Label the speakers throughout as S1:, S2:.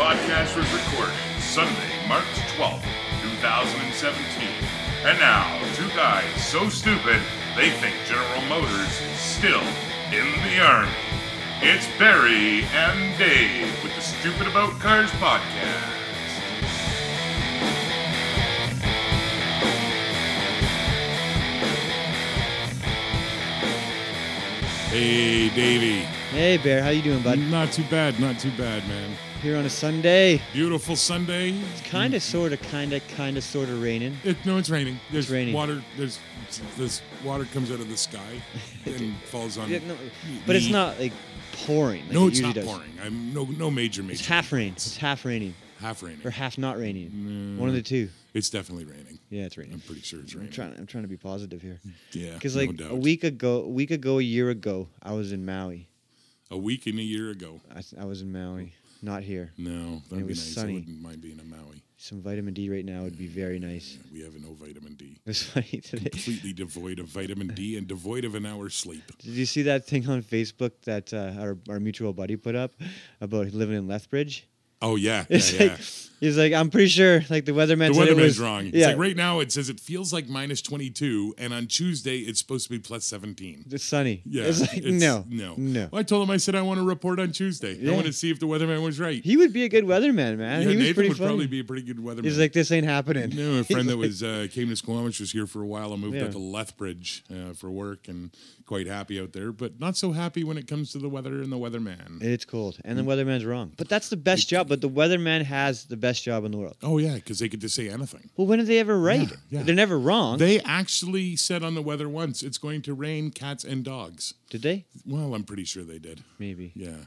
S1: podcast was recorded Sunday, March 12th, 2017. And now, two guys so stupid they think General Motors is still in the Army. It's Barry and Dave with the Stupid About Cars podcast.
S2: Hey, Davey.
S3: Hey Bear, how you doing, bud?
S2: Not too bad, not too bad, man.
S3: Here on a Sunday.
S2: Beautiful Sunday.
S3: It's
S2: Mm-hmm.
S3: kind of, sort of, kind of, kind of, sort of raining.
S2: It, no, it's raining. There's
S3: raining.
S2: water. There's this water comes out of the sky and falls on.
S3: Yeah, no, but it's
S2: me.
S3: not like pouring. Like
S2: no,
S3: it
S2: it's
S3: usually
S2: not
S3: does.
S2: pouring. I'm no, no major, major.
S3: It's half rain. It's half raining
S2: half raining.
S3: or half not raining. One of the two.
S2: It's definitely raining.
S3: Yeah, it's
S2: Mm. I'm
S3: raining.
S2: pretty sure it's
S3: I'm
S2: raining.
S3: trying. I'm trying to be positive here.
S2: Yeah,
S3: Because
S2: no
S3: like
S2: doubt.
S3: a week ago, a week ago, a year ago, I was in Maui.
S2: a week and a year ago.
S3: I, s- I was in Maui, not here.
S2: No,
S3: It
S2: that'd be
S3: was
S2: nice.
S3: sunny.
S2: I wouldn't mind being in Maui.
S3: Some vitamin D right now would be very nice.
S2: We have no vitamin D.
S3: It was funny today.
S2: Completely devoid of vitamin D and devoid of an hour's sleep.
S3: Did you see that thing on Facebook that uh, our, our mutual buddy put up about living in Lethbridge?
S2: Oh yeah, yeah,
S3: It's
S2: yeah.
S3: like he's like, I'm pretty sure like the weatherman
S2: The
S3: said it
S2: weatherman's
S3: was
S2: wrong. It's
S3: Yeah,
S2: like right now it says it feels like minus 22, and on Tuesday it's supposed to be plus 17.
S3: it's sunny.
S2: Yeah.
S3: it's like no,
S2: No.
S3: no.
S2: Well, I told him I said I want to report on Tuesday. I
S3: Yeah.
S2: want to see if the weatherman was right.
S3: He would be a good weatherman, man. he
S2: yeah,
S3: was
S2: Nathan
S3: pretty
S2: would
S3: funny.
S2: probably be a pretty good weatherman.
S3: he's like, this ain't happening.
S2: no, a friend that was uh, came to Squamish was here for a while. I moved
S3: Yeah.
S2: up to Lethbridge uh, for work and quite happy out there, but not so happy when it comes to the weather and the weatherman.
S3: It's cold, and
S2: Mm.
S3: the weatherman's wrong. But that's the best job. But the weatherman has the best job in the world.
S2: oh yeah, because they could just say anything.
S3: Well, when are they ever right?
S2: Yeah, yeah.
S3: They're never wrong.
S2: They actually said on the weather once it's going to rain cats and dogs.
S3: Did they?
S2: Well, I'm pretty sure they did.
S3: Maybe.
S2: Yeah.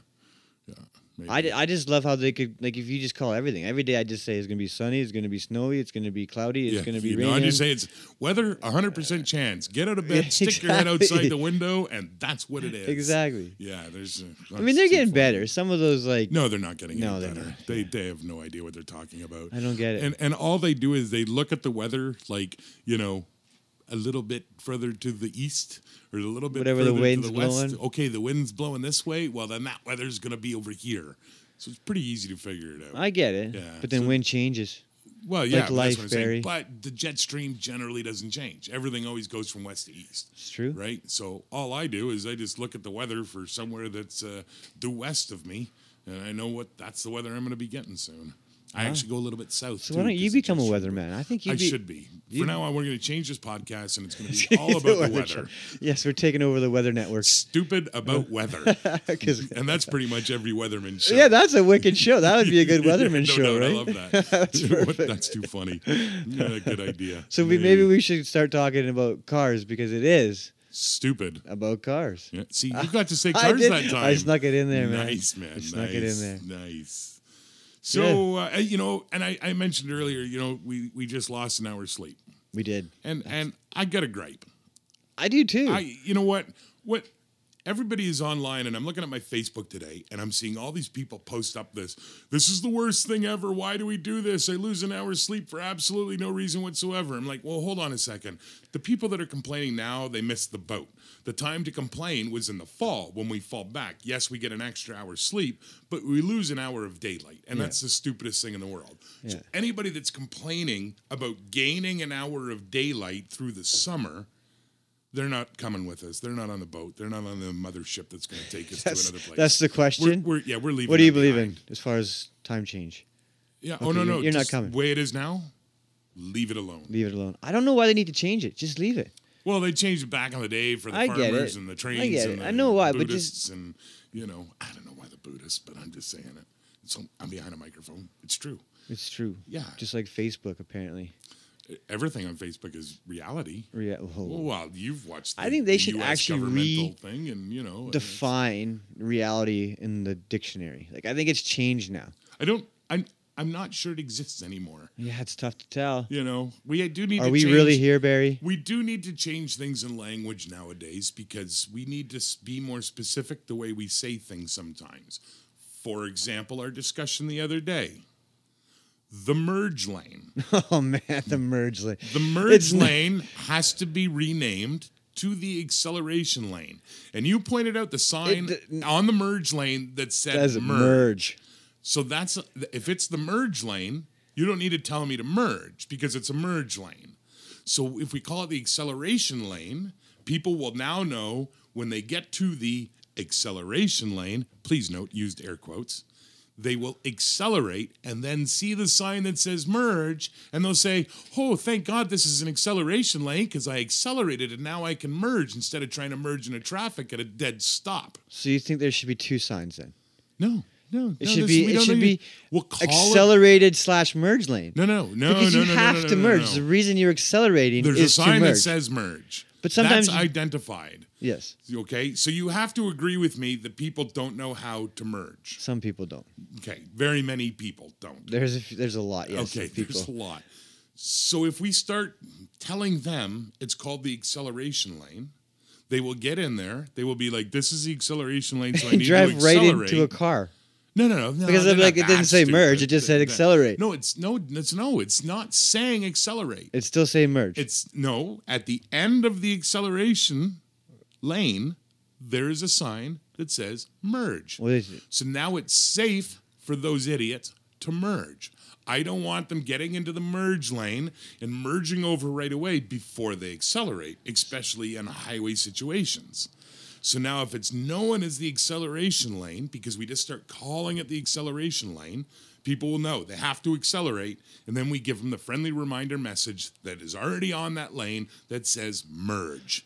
S2: Yeah. Maybe.
S3: I, I just love how they could like if you just call everything every day. I just say it's gonna be sunny, it's gonna be snowy, it's gonna be cloudy, it's
S2: Yeah,
S3: gonna be
S2: you know,
S3: raining.
S2: I just say it's weather, 100% chance. Get out of bed,
S3: Yeah,
S2: stick your head outside
S3: exactly.
S2: the window, and that's what it is.
S3: exactly.
S2: Yeah, there's. uh,
S3: I mean, they're
S2: that's too
S3: getting
S2: far.
S3: better. Some of those like
S2: No, they're not getting
S3: No,
S2: any
S3: they're
S2: better.
S3: not.
S2: They they have no idea what they're talking about.
S3: I don't get it.
S2: And and all they do is they look at the weather like you know, a little bit further to the east or a little bit
S3: Whatever the
S2: further
S3: wind's
S2: to the west.
S3: blowing.
S2: Okay, the wind's blowing this way. Well, then that weather's gonna be over here. So it's pretty easy to figure it out.
S3: I get it.
S2: Yeah,
S3: but then
S2: so-
S3: wind changes.
S2: Well, yeah,
S3: Like
S2: but that's
S3: life,
S2: what I'm saying.
S3: Barry.
S2: But the jet stream generally doesn't change. Everything always goes from west to east,
S3: It's true.
S2: right? So all I do is I just look at the weather for somewhere that's uh, due west of me, and I know what that's the weather I'm going to be getting soon. I actually go a little bit south.
S3: Ah. So
S2: too,
S3: why don't
S2: 'cause
S3: you
S2: the
S3: become a
S2: jet stream-
S3: weatherman? I think you
S2: I
S3: be,
S2: should be.
S3: you-
S2: For now on, we're going to change this podcast, and it's going to be all about the weather.
S3: Yes, we're taking over the weather network.
S2: Stupid about weather,
S3: 'Cause-
S2: and that's pretty much every weatherman show.
S3: yeah, that's a wicked show. That would be a good
S2: Yeah,
S3: weatherman
S2: no
S3: show,
S2: doubt,
S3: right?
S2: I love that.
S3: That's
S2: What-
S3: perfect.
S2: That's too funny. Yeah, good idea.
S3: So we, maybe we should start talking about cars because it is
S2: stupid.
S3: about cars.
S2: Yeah. See, you got to say
S3: I
S2: cars
S3: did-
S2: that time.
S3: I snuck it in there, man.
S2: Nice, man.
S3: I
S2: Nice,
S3: snuck it in there.
S2: Nice. So uh, you know, and I, I mentioned earlier, you know, we we just lost an hour's sleep,
S3: We did.
S2: and and I got a gripe.
S3: I do too.
S2: I you know what what everybody is online and I'm looking at my Facebook today and I'm seeing all these people post up this this is the worst thing ever why do we do this I lose an hour's sleep for absolutely no reason whatsoever I'm like well hold on a second the people that are complaining now they missed the boat the time to complain was in the fall when we fall back yes we get an extra hour's sleep but we lose an hour of daylight and that's the stupidest thing in the world so
S3: Yeah.
S2: anybody that's complaining about gaining an hour of daylight through the summer they're not coming with us. They're not on the boat. They're not on the mothership that's going to take us to
S3: that's,
S2: another place.
S3: that's the
S2: we're,
S3: question.
S2: we're, yeah, we're leaving.
S3: what do you
S2: that
S3: believe
S2: behind.
S3: in as far as time change?
S2: Yeah. oh no,
S3: you're-
S2: no,
S3: you're not
S2: just
S3: coming.
S2: The way it is now, leave it alone.
S3: Leave it alone. I don't know why they need to change it. Just leave it.
S2: Well, they changed it back in the day for the
S3: I get
S2: farmers
S3: it.
S2: and
S3: I
S2: the trains.
S3: get
S2: and
S3: it.
S2: the
S3: I know why, but
S2: Buddhists and you know, I don't know why the Buddhists, but I'm just saying it. So I'm behind a microphone. It's true.
S3: It's true.
S2: Yeah.
S3: Just like Facebook, apparently.
S2: Everything on Facebook is reality.
S3: Rea- whoa.
S2: Well, wow, you've watched. The,
S3: I think they
S2: the
S3: should
S2: US
S3: actually
S2: governmental thing, and you know, it's-
S3: define reality in the dictionary. Like I think it's changed now.
S2: I don't. I'm. I'm not sure it exists anymore.
S3: Yeah, it's tough to tell.
S2: You know, we do need.
S3: Are
S2: to
S3: we
S2: change-
S3: really here, Barry?
S2: We do need to change things in language nowadays because we need to s- be more specific the way we say things sometimes. For example, our discussion the other day, the merge lane.
S3: Oh man, the merge lane.
S2: The merge
S3: It's not-
S2: lane has to be renamed to the acceleration lane. And you pointed out the sign
S3: d-
S2: on the merge lane that said
S3: Says
S2: merge.
S3: merge.
S2: So that's if it's the merge lane, you don't need to tell me to merge because it's a merge lane. So if we call it the acceleration lane, people will now know when they get to the acceleration lane, please note used air quotes, they will accelerate and then see the sign that says merge and they'll say, "Oh, thank God this is an acceleration lane cuz I accelerated and now I can merge instead of trying to merge into traffic at a dead stop."
S3: So you think there should be two signs then?
S2: No. No,
S3: It
S2: no,
S3: should
S2: this-
S3: be
S2: we
S3: it
S2: don't
S3: should be
S2: need- we'll call it
S3: accelerated slash merge lane.
S2: No, no, no,
S3: because
S2: no,
S3: you
S2: no, no,
S3: have
S2: no, no,
S3: to
S2: no,
S3: merge.
S2: no.
S3: The reason you're accelerating
S2: There's
S3: is
S2: a sign
S3: to merge.
S2: that says merge,
S3: But sometimes
S2: that's
S3: you-
S2: identified.
S3: yes.
S2: Okay, so you have to agree with me that people don't know how to merge.
S3: Some people don't.
S2: Okay, very many people don't.
S3: There's a, f- there's a lot. Yes.
S2: okay,
S3: of people.
S2: there's a lot. So if we start telling them it's called the acceleration lane, they will get in there. They will be like, "This is the acceleration lane, so I
S3: You
S2: need to
S3: drive right
S2: accelerate."
S3: into a car.
S2: No, no, no. no
S3: Because
S2: they're
S3: I'm like,
S2: not
S3: it didn't
S2: that
S3: say merge,
S2: stupid.
S3: it just said
S2: Th- th-
S3: accelerate.
S2: No, it's no, it's no, it's not saying accelerate.
S3: It's still saying merge.
S2: It's no, at the end of the acceleration lane, there is a sign that says merge.
S3: what is it?
S2: So now it's safe for those idiots to merge. I don't want them getting into the merge lane and merging over right away before they accelerate, especially in highway situations. So now, if it's known as the acceleration lane, because we just start calling it the acceleration lane, people will know they have to accelerate. And then we give them the friendly reminder message that is already on that lane that says merge.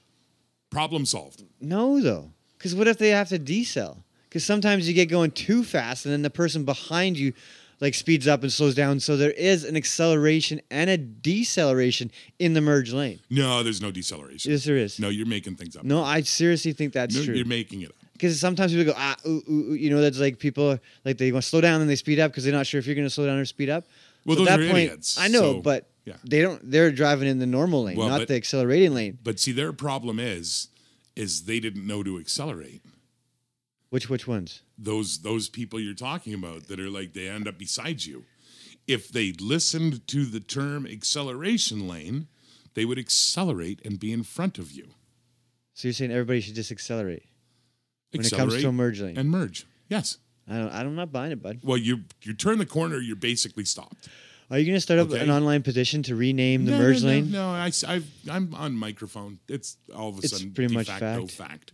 S2: Problem solved.
S3: No, though. Because what if they have to decel? Because sometimes you get going too fast, and then the person behind you like speeds up and slows down. So there is an acceleration and a deceleration in the merge lane.
S2: No, there's no deceleration.
S3: Yes, there is.
S2: No, you're making things up.
S3: No, I seriously think that's
S2: No,
S3: true.
S2: you're making it up.
S3: Because sometimes people go, ah, ooh, ooh, ooh," you know, that's like people are, like they want to slow down and they speed up because they're not sure if you're going to slow down or speed up.
S2: Well,
S3: So
S2: those
S3: at
S2: are
S3: that point,
S2: idiots,
S3: I know,
S2: so,
S3: but
S2: yeah.
S3: they don't. They're driving in the normal lane,
S2: Well,
S3: not
S2: but-
S3: the accelerating lane.
S2: But see, their problem is, is they didn't know to accelerate.
S3: Which which ones?
S2: Those those people you're talking about that are like they end up beside you. If they listened to the term acceleration lane, they would accelerate and be in front of you.
S3: So you're saying everybody should just accelerate when it
S2: accelerate
S3: comes to a merge lane?
S2: and merge. Yes.
S3: I don't. I'm not buying it, bud.
S2: Well, you you turn the corner, you're basically stopped.
S3: Are you going to start up
S2: Okay.
S3: an online petition to rename the
S2: no,
S3: merge
S2: no,
S3: lane?
S2: No, no I, am on microphone. It's all of a
S3: It's
S2: sudden
S3: pretty
S2: de
S3: much
S2: facto
S3: fact.
S2: fact.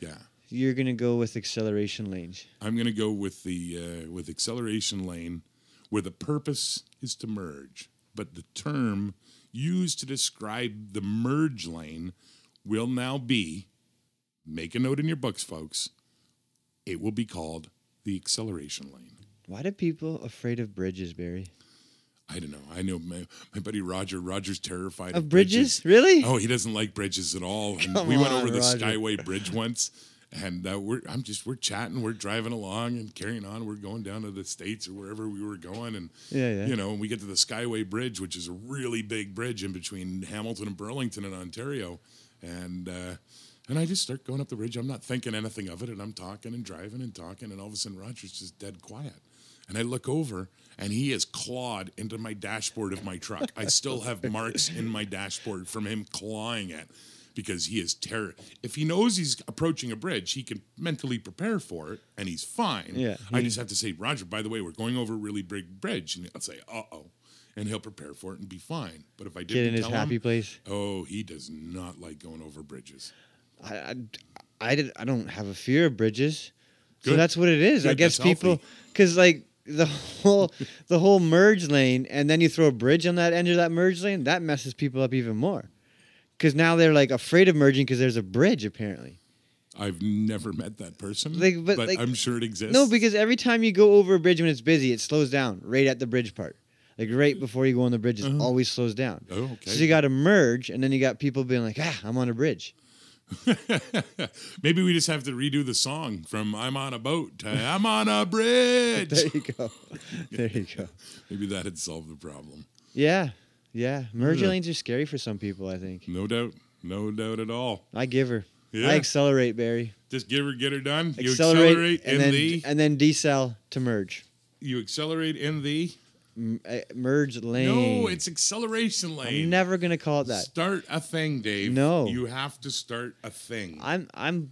S2: Yeah.
S3: You're going to go with acceleration lane.
S2: I'm going to go with the uh, with acceleration lane, where the purpose is to merge, but the term used to describe the merge lane will now be. Make a note in your books, folks. It will be called the acceleration lane.
S3: Why do people afraid of bridges, Barry?
S2: I don't know. I know my, my buddy Roger. Roger's terrified
S3: Of bridges, really?
S2: Oh, he doesn't like bridges at all. And
S3: Come
S2: we went
S3: on,
S2: over the
S3: Roger.
S2: Skyway Bridge once, and uh, we're I'm just we're chatting, we're driving along and carrying on. We're going down to the states or wherever we were going, and
S3: Yeah, yeah.
S2: you know, and we get to the Skyway Bridge, which is a really big bridge in between Hamilton and Burlington in Ontario, and. Uh, and I just start going up the bridge. I'm not thinking anything of it, and I'm talking and driving and talking, and all of a sudden Roger's just dead quiet. And I look over, and he is clawed into my dashboard of my truck. I still have marks in my dashboard from him clawing it because he is terror. If he knows he's approaching a bridge, he can mentally prepare for it, and he's fine.
S3: Yeah.
S2: I just have to say, Roger, by the way, we're going over a really big bridge, and I'll say, uh oh. And he'll prepare for it and be fine. But if I didn't
S3: Get in his
S2: tell
S3: happy
S2: him,
S3: place.
S2: oh, he does not like going over bridges.
S3: I, I, I, did, I don't have a fear of bridges. So
S2: Good.
S3: that's what it is. I
S2: Good,
S3: guess
S2: that's
S3: people, because like the whole the whole merge lane, and then you throw a bridge on that end of that merge lane, that messes people up even more. Because now they're like afraid of merging because there's a bridge apparently.
S2: I've never met that person,
S3: Like, but,
S2: but,
S3: like-
S2: I'm sure it exists.
S3: No, because every time you go over a bridge when it's busy, it slows down right at the bridge part. Like right before you go on the bridge, it always slows down.
S2: Uh-huh. Oh, okay.
S3: So you got to merge, and then you got people being like, "Ah, I'm on a bridge."
S2: maybe we just have to redo the song from "I'm on a boat" to "I'm on a bridge."
S3: There you go. there you go.
S2: maybe that'd solve the problem.
S3: Yeah, yeah. Merge lanes are scary for some people. I think
S2: No doubt, no doubt at all.
S3: I give her.
S2: Yeah.
S3: I accelerate, Barry.
S2: Just give her, get her done. You
S3: Accelerate,
S2: accelerate
S3: and
S2: in
S3: then
S2: the.
S3: and then decel to merge.
S2: You accelerate in the.
S3: M- uh, merge lane.
S2: No, it's acceleration lane.
S3: I'm never gonna call it that.
S2: Start a thing, Dave.
S3: No.
S2: you have to start a thing.
S3: I'm I'm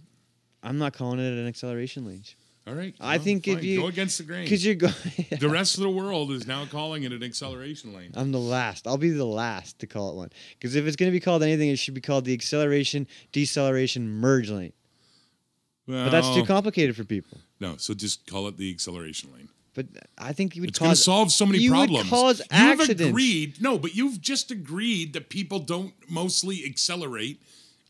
S3: I'm not calling it an acceleration lane.
S2: All right.
S3: I
S2: well,
S3: think if
S2: fine.
S3: you-
S2: go against the grain,
S3: Because you're going.
S2: the rest of the world is now calling it an acceleration lane.
S3: I'm the last. I'll be the last to call it one. Because if it's going to be called anything, it should be called the acceleration, deceleration, merge lane. But that's too
S2: Well,
S3: complicated for people.
S2: No, so just call it the acceleration lane.
S3: But I think you would
S2: It's going to
S3: cause
S2: solve so many
S3: you would
S2: problems.
S3: cause
S2: you've
S3: accidents.
S2: agreed. No, but you've just agreed that people don't mostly accelerate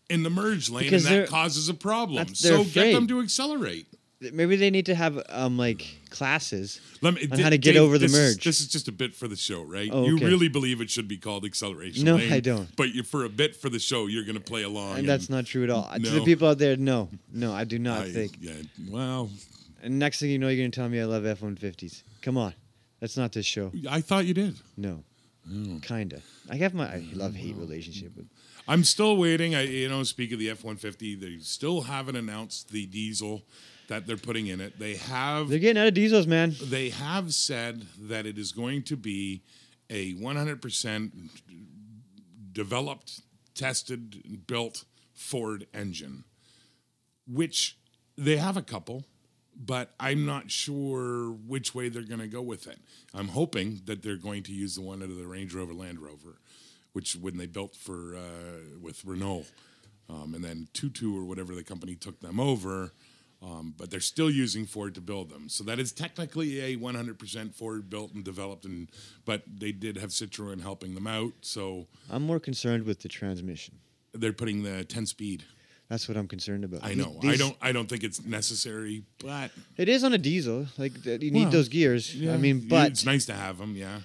S2: in the merge lane,
S3: Because
S2: and
S3: they're-
S2: that causes a problem.
S3: that's- they're
S2: So get them
S3: afraid.
S2: to accelerate.
S3: maybe they need to have um like classes.
S2: Let me,
S3: On how to get over the
S2: this is-
S3: merge.
S2: this is just a bit for the show, right?
S3: Oh,
S2: You
S3: okay.
S2: really believe it should be called acceleration?
S3: No,
S2: lane,
S3: I don't.
S2: But you, for a bit for the show, you're going to play along.
S3: And that's not true at all. To the
S2: No.
S3: people out there, no, no, I do not
S2: I-
S3: think.
S2: Yeah. Well,
S3: And next thing you know, you're going to tell me I love F-150s. Come on, that's not this show.
S2: I thought you did.
S3: No, kinda. I have my I love hate relationship. With,
S2: I'm still waiting. I, you know, speak of the F-150, they still haven't announced the diesel that they're putting in it. They have.
S3: they're getting out of diesels, man.
S2: they have said that it is going to be a 100% developed, tested, built Ford engine, which they have a couple, but I'm not sure which way they're going to go with it. I'm hoping that they're going to use the one out of the Range Rover Land Rover, which when they built for uh, with Renault, um, and then Tutu or whatever the company took them over. Um, but they're still using Ford to build them. So that is technically a 100% Ford built and developed, and but they did have Citroen helping them out. So
S3: I'm more concerned with the transmission.
S2: they're putting the 10 speed.
S3: That's what I'm concerned about.
S2: I
S3: These-
S2: know. I
S3: these-
S2: don't. I don't think it's necessary, but
S3: It is on a diesel. Like th- you need
S2: Well,
S3: those gears. I mean, but
S2: it's nice to have them. Yeah,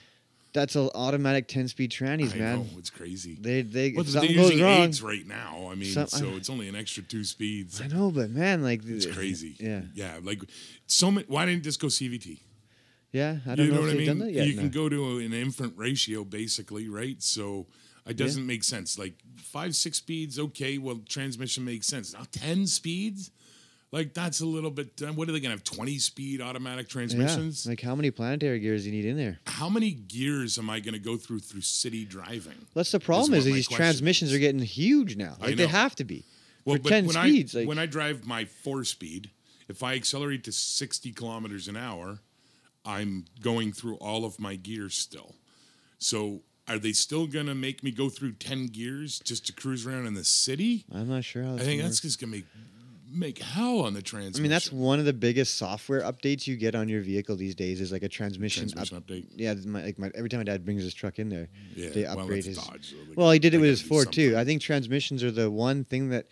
S3: that's an automatic 10-speed trannies,
S2: I
S3: man.
S2: know it's crazy.
S3: They they
S2: Well,
S3: if
S2: they're
S3: something goes
S2: using
S3: wrong.
S2: eights right now. I mean,
S3: Some-
S2: so it's only an extra two speeds.
S3: I know, but man, like
S2: It's crazy.
S3: Yeah,
S2: yeah. Like so many. Why didn't it just go CVT?
S3: yeah. I don't
S2: you
S3: know, if
S2: know, what I
S3: they've
S2: mean?
S3: done that yet.
S2: you
S3: no.
S2: can go to an infant ratio, basically, right? So it doesn't make sense. Like five, six speeds, okay. Well, transmission makes sense. Now ten speeds, like that's a little bit. Uh, what are they gonna have? Twenty speed automatic transmissions?
S3: Yeah. Like how many planetary gears you need in there?
S2: How many gears am I gonna go through through city driving?
S3: That's the problem
S2: what
S3: is that
S2: my
S3: these
S2: question
S3: transmissions
S2: is.
S3: are getting huge now.
S2: I
S3: Like they
S2: know.
S3: have to be. For
S2: but
S3: 10
S2: when
S3: speeds,
S2: I,
S3: like-
S2: when I drive my four speed, if I accelerate to 60 kilometers an hour, I'm going through all of my gears still. So are they still going to make me go through 10 gears just to cruise around in the city?
S3: I'm not sure how.
S2: I think that's just going to make make hell on the
S3: I
S2: transmission.
S3: mean, that's one of the biggest software updates you get on your vehicle these days is like a transmission, up-
S2: transmission update.
S3: Yeah, my, like my, every time my dad brings his truck in there,
S2: Yeah,
S3: they
S2: well,
S3: upgrade
S2: that's
S3: his.
S2: Dodge, so they-
S3: well, he did it
S2: they
S3: with
S2: gotta
S3: his
S2: do
S3: Ford too.
S2: something.
S3: I think transmissions are the one thing that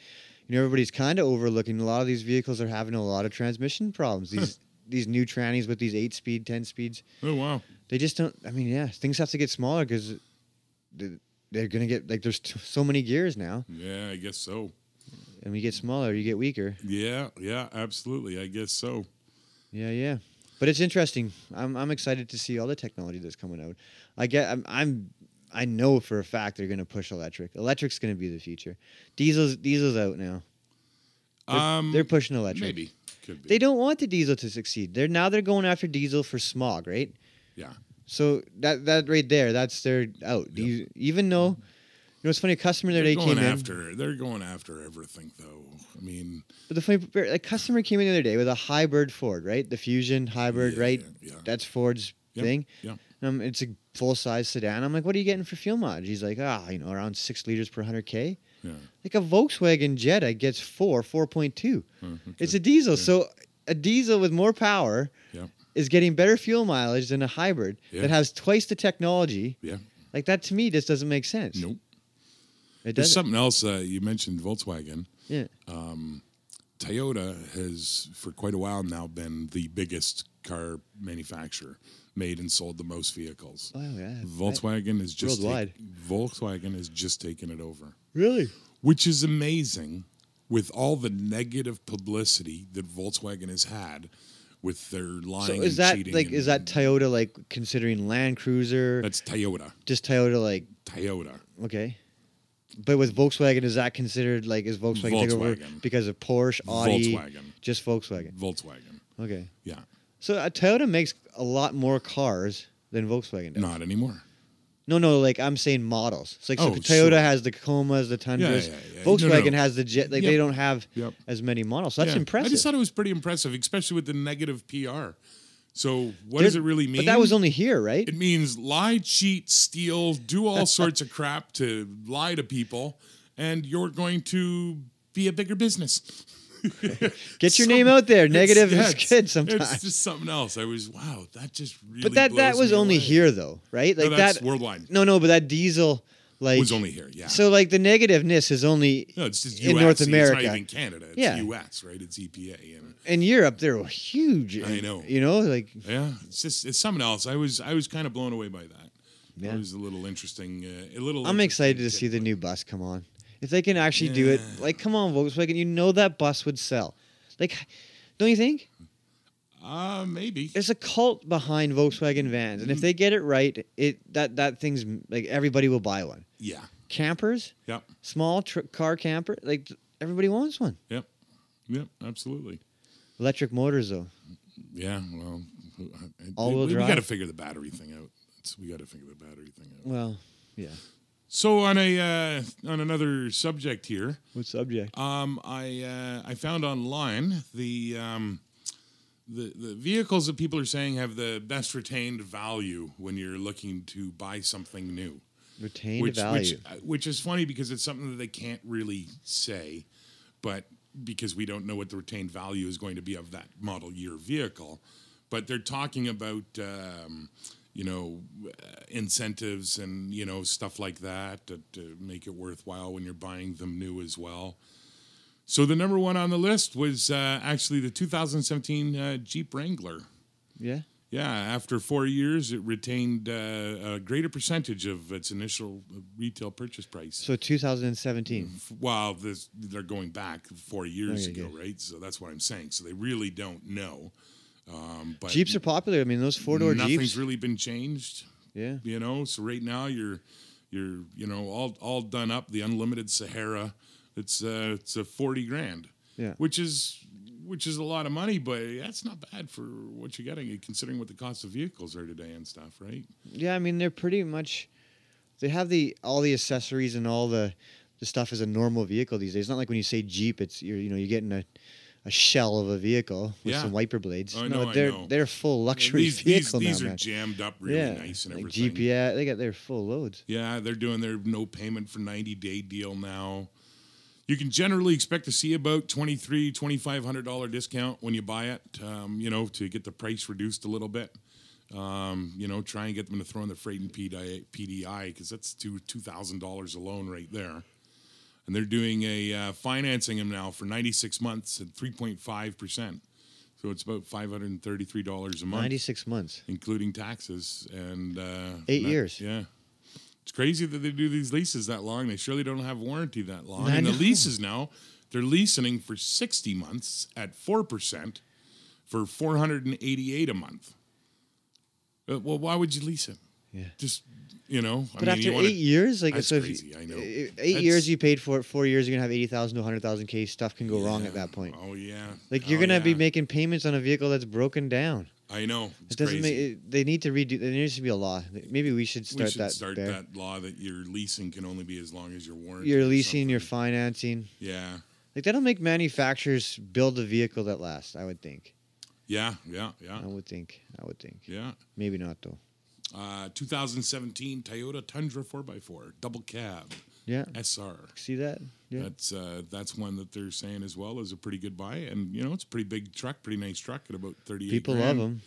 S3: you know everybody's kind of overlooking. A lot of these vehicles are having a lot of transmission problems. These these new trannies with these eight speed, ten speeds,
S2: Oh wow.
S3: they just don't. I mean, yeah, things have to get smaller because they're gonna get like there's t- so many gears now,
S2: Yeah, I guess so.
S3: and we get smaller, you get weaker.
S2: Yeah, yeah, absolutely. I guess so.
S3: Yeah, yeah. But it's interesting. I'm I'm excited to see all the technology that's coming out. I get I'm, I'm I know for a fact they're going to push electric. Electric's going to be the future. Diesel's diesel's out now. They're,
S2: um
S3: they're pushing electric.
S2: maybe could be.
S3: They don't want the diesel to succeed. They're now they're going after diesel for smog, right?
S2: yeah.
S3: So that that right there, that's their out. Do you- even though you know it's funny, a customer the other
S2: They're
S3: day
S2: going
S3: came in.
S2: after they're going after everything though. I mean,
S3: But the funny, part, a customer came in the other day with a hybrid Ford, right? The Fusion hybrid,
S2: Yeah,
S3: right?
S2: yeah.
S3: That's Ford's
S2: Yep,
S3: thing.
S2: yep.
S3: Um, it's a full size sedan. I'm like, what are you getting for fuel mileage? He's like, ah, you know, around six liters per hundred k.
S2: yeah.
S3: Like a Volkswagen Jetta gets four, four point two.
S2: Mm-hmm.
S3: It's a diesel, so a diesel with more power
S2: Yep.
S3: is getting better fuel mileage than a hybrid
S2: Yeah.
S3: that has twice the technology.
S2: Yeah.
S3: Like that to me just doesn't make sense.
S2: Nope.
S3: it
S2: There's
S3: doesn't.
S2: something else uh, you mentioned Volkswagen.
S3: yeah,
S2: Toyota has, for quite a while now, been the biggest car manufacturer, made and sold the most vehicles.
S3: wow, yeah.
S2: Volkswagen is just take-
S3: Oh, Worldwide.
S2: Volkswagen has just taken it over,
S3: really?
S2: which is amazing. With all the negative publicity that Volkswagen has had, with their lying
S3: So is
S2: and
S3: that
S2: cheating,
S3: like
S2: and-
S3: is that Toyota like considering Land Cruiser?
S2: that's Toyota?
S3: just Toyota like
S2: Toyota.
S3: okay. But with Volkswagen, is that considered like is Volkswagen, take over
S2: Volkswagen.
S3: because of Porsche, Audi,
S2: Volkswagen.
S3: just Volkswagen?
S2: Volkswagen.
S3: Okay,
S2: Yeah.
S3: so uh, Toyota makes a lot more cars than Volkswagen does.
S2: Not anymore.
S3: No, no, like I'm saying models. It's like so
S2: Oh,
S3: Toyota
S2: sure.
S3: has the Comas, the Tundras.
S2: yeah, yeah. No, no,
S3: Volkswagen
S2: no.
S3: has the Jet. Like
S2: Yep.
S3: they don't have
S2: Yep.
S3: as many models. So that's
S2: Yeah.
S3: impressive.
S2: I just thought it was pretty impressive, especially with the negative PR. So what does it
S3: There-
S2: really mean?
S3: But that was only here, right?
S2: it means lie, cheat, steal, do all sorts of crap to lie to people, and you're going to be a bigger business.
S3: Get your
S2: Some-
S3: name out there.
S2: it's-
S3: Negative
S2: yeah,
S3: is
S2: it's-
S3: good sometimes.
S2: It's just something else. I was wow, that just really.
S3: but that that
S2: blows
S3: was
S2: me
S3: only
S2: away.
S3: here though, right? Like
S2: no, that's
S3: that.
S2: worldwide.
S3: No, no, but that diesel like
S2: was only here. Yeah.
S3: So like the negativeness is only
S2: no, it's just US.
S3: in North
S2: It's
S3: America.
S2: not even Canada. It's
S3: Yeah.
S2: U.S. Right? It's EPA. And,
S3: in Europe they're huge.
S2: I know.
S3: You know, like
S2: yeah, it's just it's something else. I was I was kind of blown away by that.
S3: Yeah.
S2: It was a little interesting. Uh, a little.
S3: I'm excited to see
S2: interesting
S3: the new bus come on. If they can actually do it,
S2: Yeah.
S3: like come on Volkswagen, you know that bus would sell. Like don't you think?
S2: tip. Uh, maybe.
S3: There's a cult behind Volkswagen vans,
S2: Mm.
S3: and if they get it right, it that that thing's like everybody will buy one.
S2: Yeah.
S3: Campers,
S2: Yep.
S3: small tr- car camper, like everybody wants one.
S2: Yep. Yep. Absolutely.
S3: Electric motors though.
S2: Yeah. Well,
S3: All-wheel
S2: we,
S3: drive?
S2: got to figure the battery thing out. It's- we got to figure the battery thing out.
S3: Well, yeah.
S2: So on a uh, on another subject here,
S3: What subject?
S2: um, I uh, I found online the um, the the vehicles that people are saying have the best retained value when you're looking to buy something new,
S3: Retained
S2: which
S3: value.
S2: which uh, which is funny because it's something that they can't really say, but because we don't know what the retained value is going to be of that model year vehicle, but they're talking about. Um, you know, uh, incentives and you know stuff like that to, to make it worthwhile when you're buying them new as well. So the number one on the list was uh, actually the 2017 uh, Jeep Wrangler.
S3: yeah.
S2: Yeah, after four years, it retained uh, a greater percentage of its initial uh, retail purchase price.
S3: So
S2: Mm,
S3: 2017.
S2: While this, they're going back four years
S3: Okay,
S2: ago, right? So that's what I'm saying. So they really don't know. Um, but
S3: Jeeps are popular. I mean, those four door
S2: nothing's
S3: Jeeps.
S2: really been changed
S3: yeah.
S2: you know so right now you're you're you know all all done up the unlimited sahara it's uh it's a 40 grand
S3: Yeah.
S2: which is which is a lot of money but that's not bad for what you're getting considering what the cost of vehicles are today and stuff right
S3: Yeah, I mean, they're pretty much. They have the all the accessories and all the the stuff is a normal vehicle these days. It's not like when you say Jeep, it's you're you know you're getting a a shell of a vehicle with
S2: Yeah. Oh,
S3: some wiper blades.
S2: I
S3: no,
S2: know, I
S3: they're
S2: know.
S3: they're full luxury
S2: these these,
S3: vehicle
S2: these
S3: now,
S2: are
S3: man.
S2: jammed up really
S3: yeah,
S2: nice and
S3: like
S2: everything
S3: Jeep, yeah, they got their full loads.
S2: Yeah, they're doing their no payment for 90 day deal now. You can generally expect to see about $2,300, $2,500 discount when you buy it, um, you know, to get the price reduced a little bit. Um, you know, try and get them to throw in the freight and PDI because that's two, $2,000 alone right there. And they're doing a uh, financing them now for 96 months at 3.5%. So it's about $533 a month
S3: Ninety six months.
S2: including taxes and uh,
S3: Eight
S2: not-
S3: years.
S2: Yeah, it's crazy that they do these leases that long. They surely don't have warranty that long.
S3: I
S2: and the
S3: know.
S2: leases now they're leasing for sixty months at four percent for four hundred and eighty-eight a month. Uh, well, why would you lease it?
S3: Yeah.
S2: just you know.
S3: But after
S2: you wanna-
S3: eight years, like
S2: That's
S3: so, if
S2: crazy, I know.
S3: uh, Eight
S2: That's-
S3: years you paid for it. Four years, you're gonna have eighty thousand to hundred thousand k. Stuff can go wrong at that point.
S2: Oh yeah,
S3: Like you're
S2: Oh,
S3: gonna be
S2: yeah.
S3: making payments on a vehicle that's broken down.
S2: I know. It's
S3: It doesn't
S2: crazy.
S3: make. It, they need to redo. There needs to be a law. Maybe we should start
S2: we should
S3: that.
S2: start
S3: there.
S2: that law that your leasing can only be as long as your warranty.
S3: Your
S2: or
S3: leasing, your
S2: something.
S3: financing.
S2: yeah,
S3: Like that'll make manufacturers build a vehicle that lasts. I would think.
S2: yeah, yeah, yeah,
S3: I would think. I would think.
S2: yeah.
S3: Maybe not though.
S2: Uh, 2017 Toyota Tundra 4x4 double cab
S3: Yeah.
S2: SR.
S3: See that? Yeah.
S2: That's uh, that's one that they're saying as well is a pretty good buy, and you know it's a pretty big truck, pretty nice truck at about 38.
S3: People love
S2: grand,
S3: them.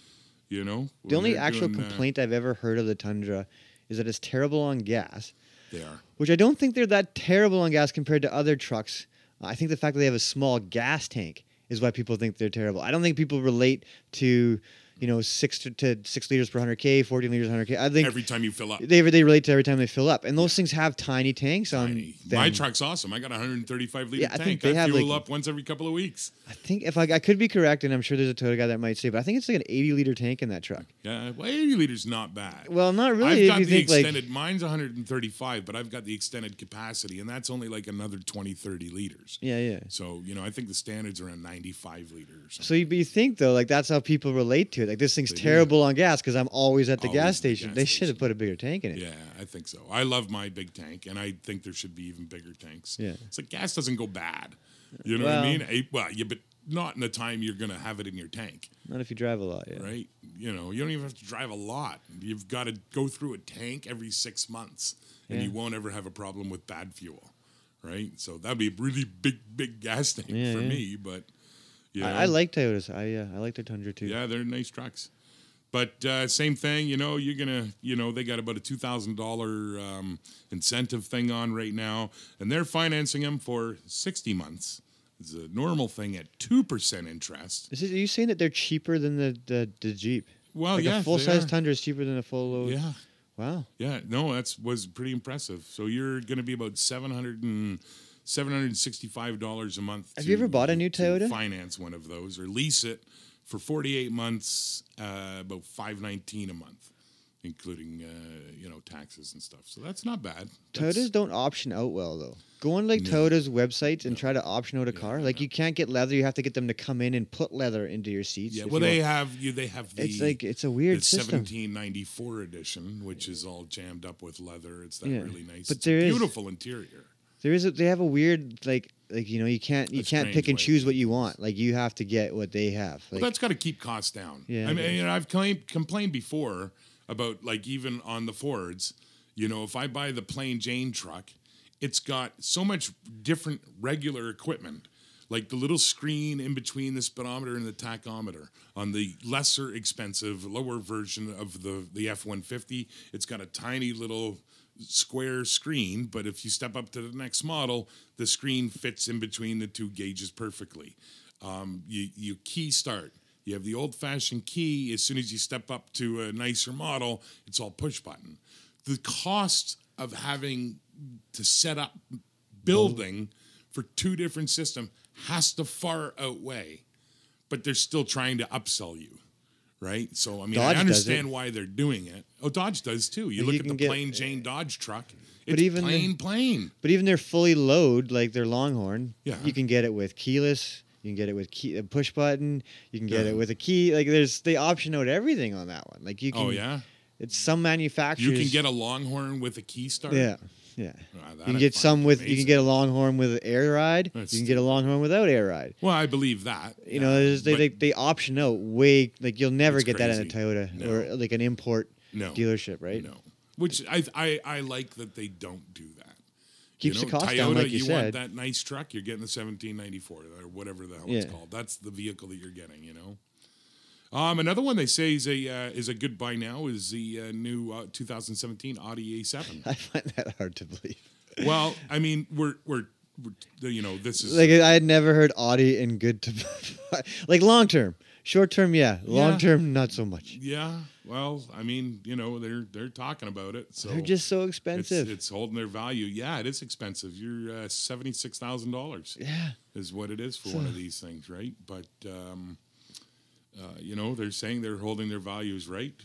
S2: You know
S3: The
S2: when
S3: only
S2: they're
S3: actual
S2: doing, uh,
S3: complaint I've ever heard of the Tundra is that it's terrible on gas,
S2: they are.
S3: which I don't think they're that terrible on gas compared to other trucks. Uh, I think the fact that they have a small gas tank is why people think they're terrible. I don't think people relate to, you know, six to, to six liters per hundred k, fourteen liters per hundred k. I think
S2: Every time you fill up,
S3: they they relate to every time they fill up, and those things have tiny tanks on
S2: tiny.
S3: them.
S2: my truck's awesome. I got a 135 liter
S3: Yeah, I
S2: tank.
S3: think they
S2: I
S3: have,
S2: fuel
S3: like-
S2: up once every couple of weeks.
S3: I think if I, I could be correct, and I'm sure there's a Toyota guy that might say, but I think it's like an 80 liter tank in that truck.
S2: Yeah, well, 80 liters not bad.
S3: Well, not really.
S2: I've
S3: if
S2: got
S3: you
S2: the
S3: think
S2: extended.
S3: like
S2: mine's 135, but I've got the extended capacity, and that's only like another 20, 30 liters.
S3: yeah, yeah.
S2: So you know, I think the standards are a 95 liter. Or something.
S3: So you, but you think though, like that's how people relate to it. Like this thing's
S2: They do.
S3: terrible on gas because I'm always at the
S2: Always at
S3: gas
S2: the
S3: station.
S2: gas
S3: they should
S2: station.
S3: have put a bigger tank in it.
S2: Yeah, I think so. I love my big tank, and I think there should be even bigger tanks.
S3: Yeah.
S2: it's like gas doesn't go bad. You know what I
S3: Well-
S2: mean? Eh, well, yeah, but not in the time you're gonna have it in your tank,
S3: Not if you drive a lot. Yeah.
S2: right? You know, you don't even have to drive a lot. You've got to go through a tank every six months, and
S3: Yeah.
S2: you won't ever have a problem with bad fuel, right? So that'd be a really big, big gas tank
S3: Yeah,
S2: for
S3: yeah.
S2: me. But you know.
S3: I, I like Toyotas. I uh, I like their Tundra too.
S2: Yeah, they're nice trucks. But uh, same thing, you know, you're gonna, you know, they got about a two thousand thousand dollar um, incentive thing on right now, and they're financing them for sixty months. It's a normal thing at two percent interest.
S3: Is it, are you saying that they're cheaper than the the, the Jeep?
S2: Well,
S3: like
S2: yeah,
S3: a full size
S2: Oh, they are.
S3: Tundra is cheaper than a full load.
S2: Yeah,
S3: Wow.
S2: yeah, no, that's was pretty impressive. So you're gonna be about seven hundred and seven hundred and sixty-five dollars a month.
S3: Have you ever bought a new
S2: to
S3: Toyota?
S2: Finance one of those or lease it for forty-eight months, uh, about five nineteen a month, including uh, you know taxes and stuff. So that's not bad. That's-
S3: Toyotas don't option out well though. Go on like
S2: No.
S3: Toyota's websites and try to option out a car.
S2: no,
S3: Like
S2: no.
S3: you can't get leather. You have to get them to come in and put leather into your seats.
S2: Yeah,
S3: if
S2: well,
S3: you
S2: they
S3: want-
S2: have you. They have the.
S3: It's like it's a weird
S2: the
S3: system.
S2: 1794 edition, which is all jammed up with leather. It's that
S3: Yeah.
S2: really nice,
S3: But
S2: it's a
S3: there is-
S2: beautiful interior.
S3: There is a, they have a weird like like you know you can't you
S2: A
S3: can't
S2: strange
S3: pick and
S2: way of
S3: choose what
S2: doing
S3: you
S2: things.
S3: want. Like you have to get what they have. Like
S2: Well, that's got to keep costs down.
S3: Yeah,
S2: I
S3: I
S2: mean,
S3: guess.
S2: you know, I've claimed, complained before about like even on the Fords. You know, if I buy the plain Jane truck, it's got so much different regular equipment, like the little screen in between the speedometer and the tachometer. On the lesser expensive, lower version of the the F one fifty, it's got a tiny little square screen, but if you step up to the next model, the screen fits in between the two gauges perfectly. Um, you, you key start. You have the old fashioned key. As soon as you step up to a nicer model, it's all push button. The cost of having to set up building for two different systems has to far outweigh, but they're still trying to upsell you. Right, so I mean,
S3: Dodge
S2: I
S3: does
S2: understand
S3: it.
S2: why they're doing it. Oh, Dodge does too. You
S3: But
S2: look
S3: you
S2: at
S3: can
S2: the
S3: get- eh,
S2: plain Jane Dodge truck; it's
S3: even the-
S2: plain, plain.
S3: But even their fully load, like their Longhorn,
S2: Yeah.
S3: you can get it with keyless. You can get it with key, a push button. You can get
S2: Yeah.
S3: it with a key. Like there's they option out everything on that one. Like you can.
S2: Oh yeah,
S3: It's some manufacturers.
S2: you can get a Longhorn with a key start.
S3: Yeah, yeah.
S2: Wow, that
S3: you can
S2: I
S3: get
S2: find
S3: some with. You
S2: amazing.
S3: can get a Longhorn with air ride.
S2: That's-
S3: you can get a Longhorn without air ride.
S2: Well, I believe that.
S3: You know, there's, they,
S2: but-
S3: they they option out way like you'll never
S2: It's
S3: get that in a
S2: crazy.
S3: Toyota
S2: No.
S3: or like an import
S2: No.
S3: dealership, right?
S2: No, which I, I I like that they don't do that.
S3: Keeps
S2: you know,
S3: the cost
S2: Toyota,
S3: down, like you,
S2: want
S3: said.
S2: that nice truck, you're getting the 1794 or whatever the hell
S3: Yeah.
S2: it's called. That's the vehicle that you're getting. You know. Um, another one they say is a uh, is a good buy now is the uh, new uh, 2017 Audi A7.
S3: I find that hard to believe.
S2: well, I mean, we're we're, we're you know this is
S3: Like I had never heard Audi and good to like long term, short term, yeah, long
S2: Yeah.
S3: term, not so much.
S2: yeah. Well, I mean, you know, they're they're talking about it. So
S3: They're just so
S2: It's,
S3: expensive.
S2: it's holding their value. Yeah, it is expensive. You're uh, seventy six thousand dollars.
S3: yeah,
S2: is what it is for one of these things, right? But um, uh, you know, they're saying they're holding their values right,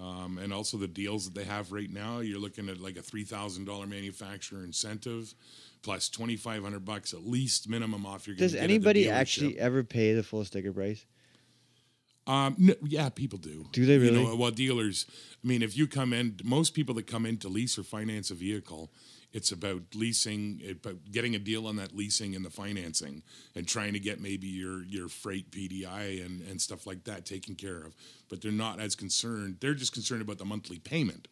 S2: um, and also the deals that they have right now. You're looking at like a three thousand dollar manufacturer incentive, plus twenty five hundred bucks at least minimum off your.
S3: does anybody actually ever pay the full sticker price?
S2: Um, no, yeah, people do.
S3: Do they
S2: You know,
S3: really?
S2: well, dealers. I mean, if you come in, most people that come in to lease or finance a vehicle, it's about leasing, about getting a deal on that leasing and the financing, and trying to get maybe your your freight PDI and and stuff like that taken care of. But they're not as concerned. They're just concerned about the monthly payment,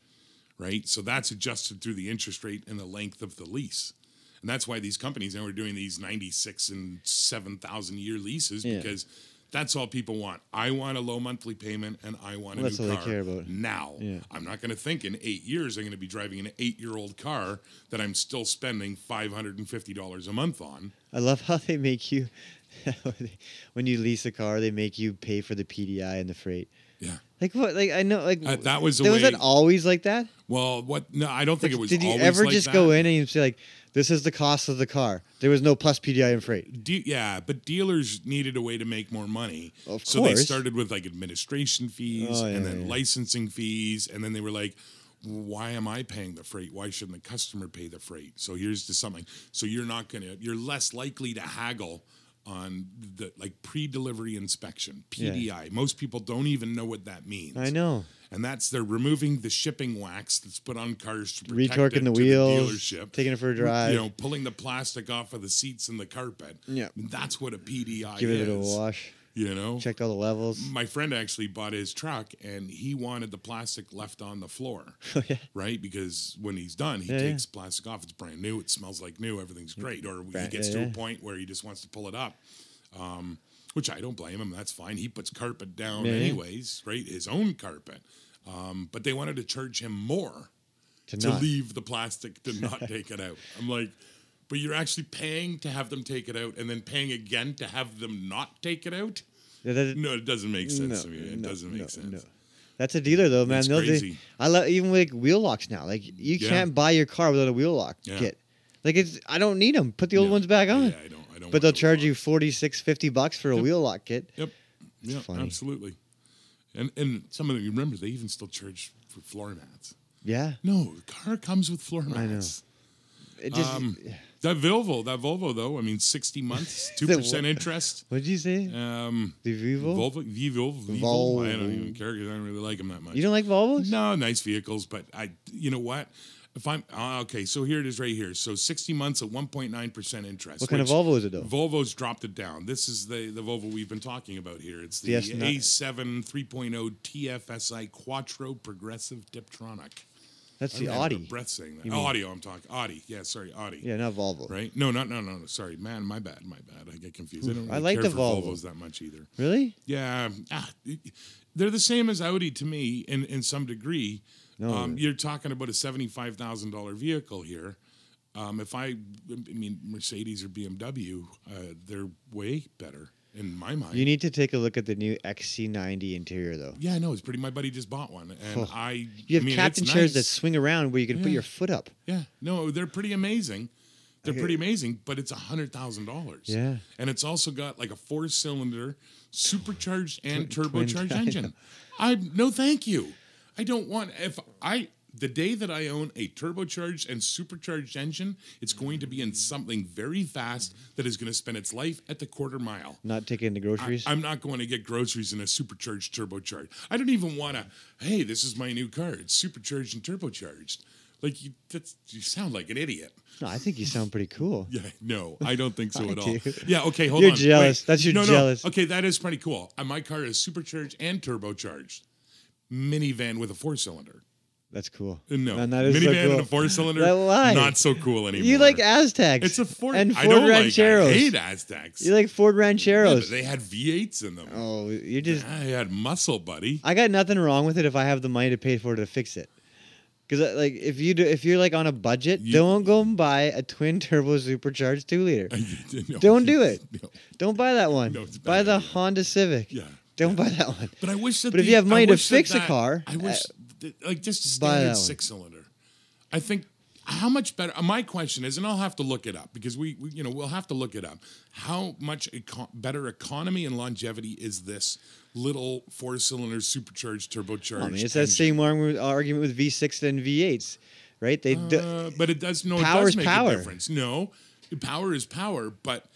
S2: right? So that's adjusted through the interest rate and the length of the lease. And that's why these companies now are doing these 96 and 7,000 year leases
S3: Yeah.
S2: because that's all people want. I want a low monthly payment and I want a
S3: Well, that's
S2: new
S3: all they
S2: car
S3: care about.
S2: now.
S3: Yeah.
S2: I'm not going to think in eight years I'm going to be driving an eight year old car that I'm still spending $550 a month on.
S3: I love how they make you when you lease a car, they make you pay for the PDI and the freight.
S2: Yeah.
S3: Like what? Like I know, like
S2: Uh, that was a
S3: was
S2: way-
S3: that always like that?
S2: Well, what? No, I don't think
S3: Like,
S2: it was.
S3: Did you
S2: always
S3: ever
S2: like
S3: just
S2: that.
S3: go in and you say like, "This is the cost of the car"? There was no plus PDI and freight.
S2: De- yeah, but dealers needed a way to make more money.
S3: Of
S2: so they
S3: course.
S2: started with like administration fees
S3: Oh, yeah,
S2: and then
S3: yeah.
S2: licensing fees. And then they were like, why am I paying the freight? Why shouldn't the customer pay the freight? So here's to something. So you're not going to, you're less likely to haggle on the like pre-delivery inspection
S3: Yeah.
S2: PDI. Most people don't even know what that means.
S3: I know.
S2: And that's they're removing the shipping wax that's put on cars to protect it
S3: Retorquing the
S2: to
S3: wheels,
S2: dealership.
S3: taking it for a drive,
S2: You know, pulling the plastic off of the seats and the carpet.
S3: Yeah.
S2: that's what a PDI
S3: give
S2: is.
S3: it a wash,
S2: You know,
S3: checked all the levels.
S2: my friend actually bought his truck and he wanted the plastic left on the floor, right? Because when he's done, he
S3: Yeah, yeah.
S2: takes plastic off. It's brand new. It smells like new. Everything's great. Or he
S3: Right,
S2: gets
S3: yeah,
S2: to
S3: yeah.
S2: a point where he just wants to pull it up, um, which I don't blame him. That's fine. He puts carpet down
S3: Yeah, yeah.
S2: anyways, right? His own carpet. Um, but they wanted to charge him more
S3: To,
S2: to
S3: not.
S2: leave the plastic to not take it out. I'm like, but you're actually paying to have them take it out and then paying again to have them not take it out?
S3: Yeah, that-
S2: No, it doesn't make sense
S3: no,
S2: to me. It
S3: no,
S2: doesn't make
S3: no,
S2: sense.
S3: no. That's a dealer though, man.
S2: That's
S3: They'll do-
S2: crazy.
S3: I love even like wheel locks now. Like you
S2: Yeah.
S3: can't buy your car without a wheel lock
S2: Yeah.
S3: kit. Like it's I don't need them. Put the old ones back on.
S2: Yeah, I don't. I don't.
S3: But
S2: want
S3: they'll
S2: to
S3: charge
S2: walk.
S3: you 46, 50 bucks for a wheel lock kit.
S2: Yep. Yep.
S3: funny.
S2: Absolutely. And and some of them, you remember, they even still charge for floor mats.
S3: Yeah,
S2: No, the car comes with floor
S3: know.
S2: mats.
S3: it just.
S2: Um, That Volvo, that Volvo though, I mean, sixty months, two percent interest.
S3: what did you say?
S2: Um,
S3: the Vivo.
S2: Volvo, Vivo, Vivo. I don't even care because I don't really like them that much.
S3: you don't like Volvos?
S2: No, nice vehicles, but I, you know what? If I'm ah, okay, so here it is right here. So 60 months at 1.9 percent interest.
S3: What kind of
S2: which
S3: Volvo is it though?
S2: Volvo's dropped it down. This is the the Volvo we've been talking about here. It's the
S3: Yes, not-
S2: A7 3.0 TFSI Quattro Progressive Diptronic.
S3: That's
S2: I
S3: the
S2: don't have a
S3: Audi.
S2: Breath saying that. Audio. I'm talking Audi. Yeah, sorry, Audi.
S3: Yeah, not Volvo.
S2: Right? No, not no no no. Sorry, man. My bad. My bad. I get confused. I don't. Really
S3: I like
S2: care
S3: the
S2: for
S3: Volvo.
S2: Volvos that much either.
S3: Really?
S2: Yeah, ah, they're the same as Audi to me in, in some degree.
S3: No.
S2: Um, you're talking about a seventy-five thousand dollar vehicle here. Um, if I, I mean, Mercedes or BMW, uh, they're way better in my mind.
S3: You need to take a look at the new XC90 interior though.
S2: yeah, I know. It's pretty. My buddy just bought one, and
S3: Oh.
S2: I.
S3: You have
S2: I mean,
S3: captain
S2: it's
S3: chairs that
S2: nice.
S3: swing around where you can put
S2: Yeah.
S3: your foot up.
S2: Yeah, no, they're pretty amazing. They're
S3: Okay.
S2: pretty amazing, but it's a hundred thousand dollars.
S3: Yeah.
S2: and it's also got like a four-cylinder supercharged and
S3: Twin- twin
S2: turbocharged
S3: dyno.
S2: engine. I no, thank you. I don't want if I the day that I own a turbocharged and supercharged engine, it's going to be in something very fast that is going to spend its life at the quarter mile.
S3: Not taking the groceries.
S2: I'm not going to get groceries in a supercharged turbocharged. I don't even want to. Hey, this is my new car. It's supercharged and turbocharged. Like you, that's, you sound like an idiot.
S3: no, I think you sound pretty cool.
S2: Yeah, no, I don't think so
S3: I
S2: at all.
S3: do.
S2: Yeah, okay, hold
S3: You're
S2: on.
S3: jealous. That's your
S2: no,
S3: jealous.
S2: No. Okay, that is pretty cool. Uh, My car is supercharged and turbocharged. Minivan with a four cylinder.
S3: That's cool.
S2: Uh, No,
S3: Man, that is so
S2: minivan
S3: cool.
S2: and a four cylinder.
S3: That lie.
S2: Not so cool anymore.
S3: You like Aztecs.
S2: It's a Ford
S3: and
S2: I
S3: Ford
S2: don't
S3: Rancheros.
S2: Like, I hate Aztecs.
S3: you like Ford
S2: Yeah,
S3: Rancheros.
S2: but they had V8s in them.
S3: oh, you just.
S2: I had muscle, buddy.
S3: I got nothing wrong with it if I have the money to pay for it to fix it. Because like if you do, if you're like on a budget,
S2: You-
S3: don't go and buy a twin turbo supercharged two liter.
S2: No.
S3: Don't do it.
S2: No.
S3: Don't buy that one.
S2: No, it's a bad
S3: buy the
S2: idea.
S3: Honda Civic.
S2: Yeah.
S3: Don't buy that one.
S2: But I wish that.
S3: But if
S2: the-
S3: you have money
S2: I
S3: to
S2: wish that
S3: fix a
S2: that-
S3: car,
S2: I wish
S3: uh,
S2: th- like just a
S3: buy that
S2: standard
S3: one.
S2: six cylinder. I think how much better. uh, My question is, and I'll have to look it up because we, we you know, we'll have to look it up. How much eco- better economy and longevity is this little four cylinder supercharged turbocharged?
S3: I mean, it's that
S2: engine?
S3: same argument argument with V6 and V8s, right? They d-
S2: Uh, but it does no
S3: Power
S2: it
S3: is
S2: does make
S3: power.
S2: a difference. No, power is power. But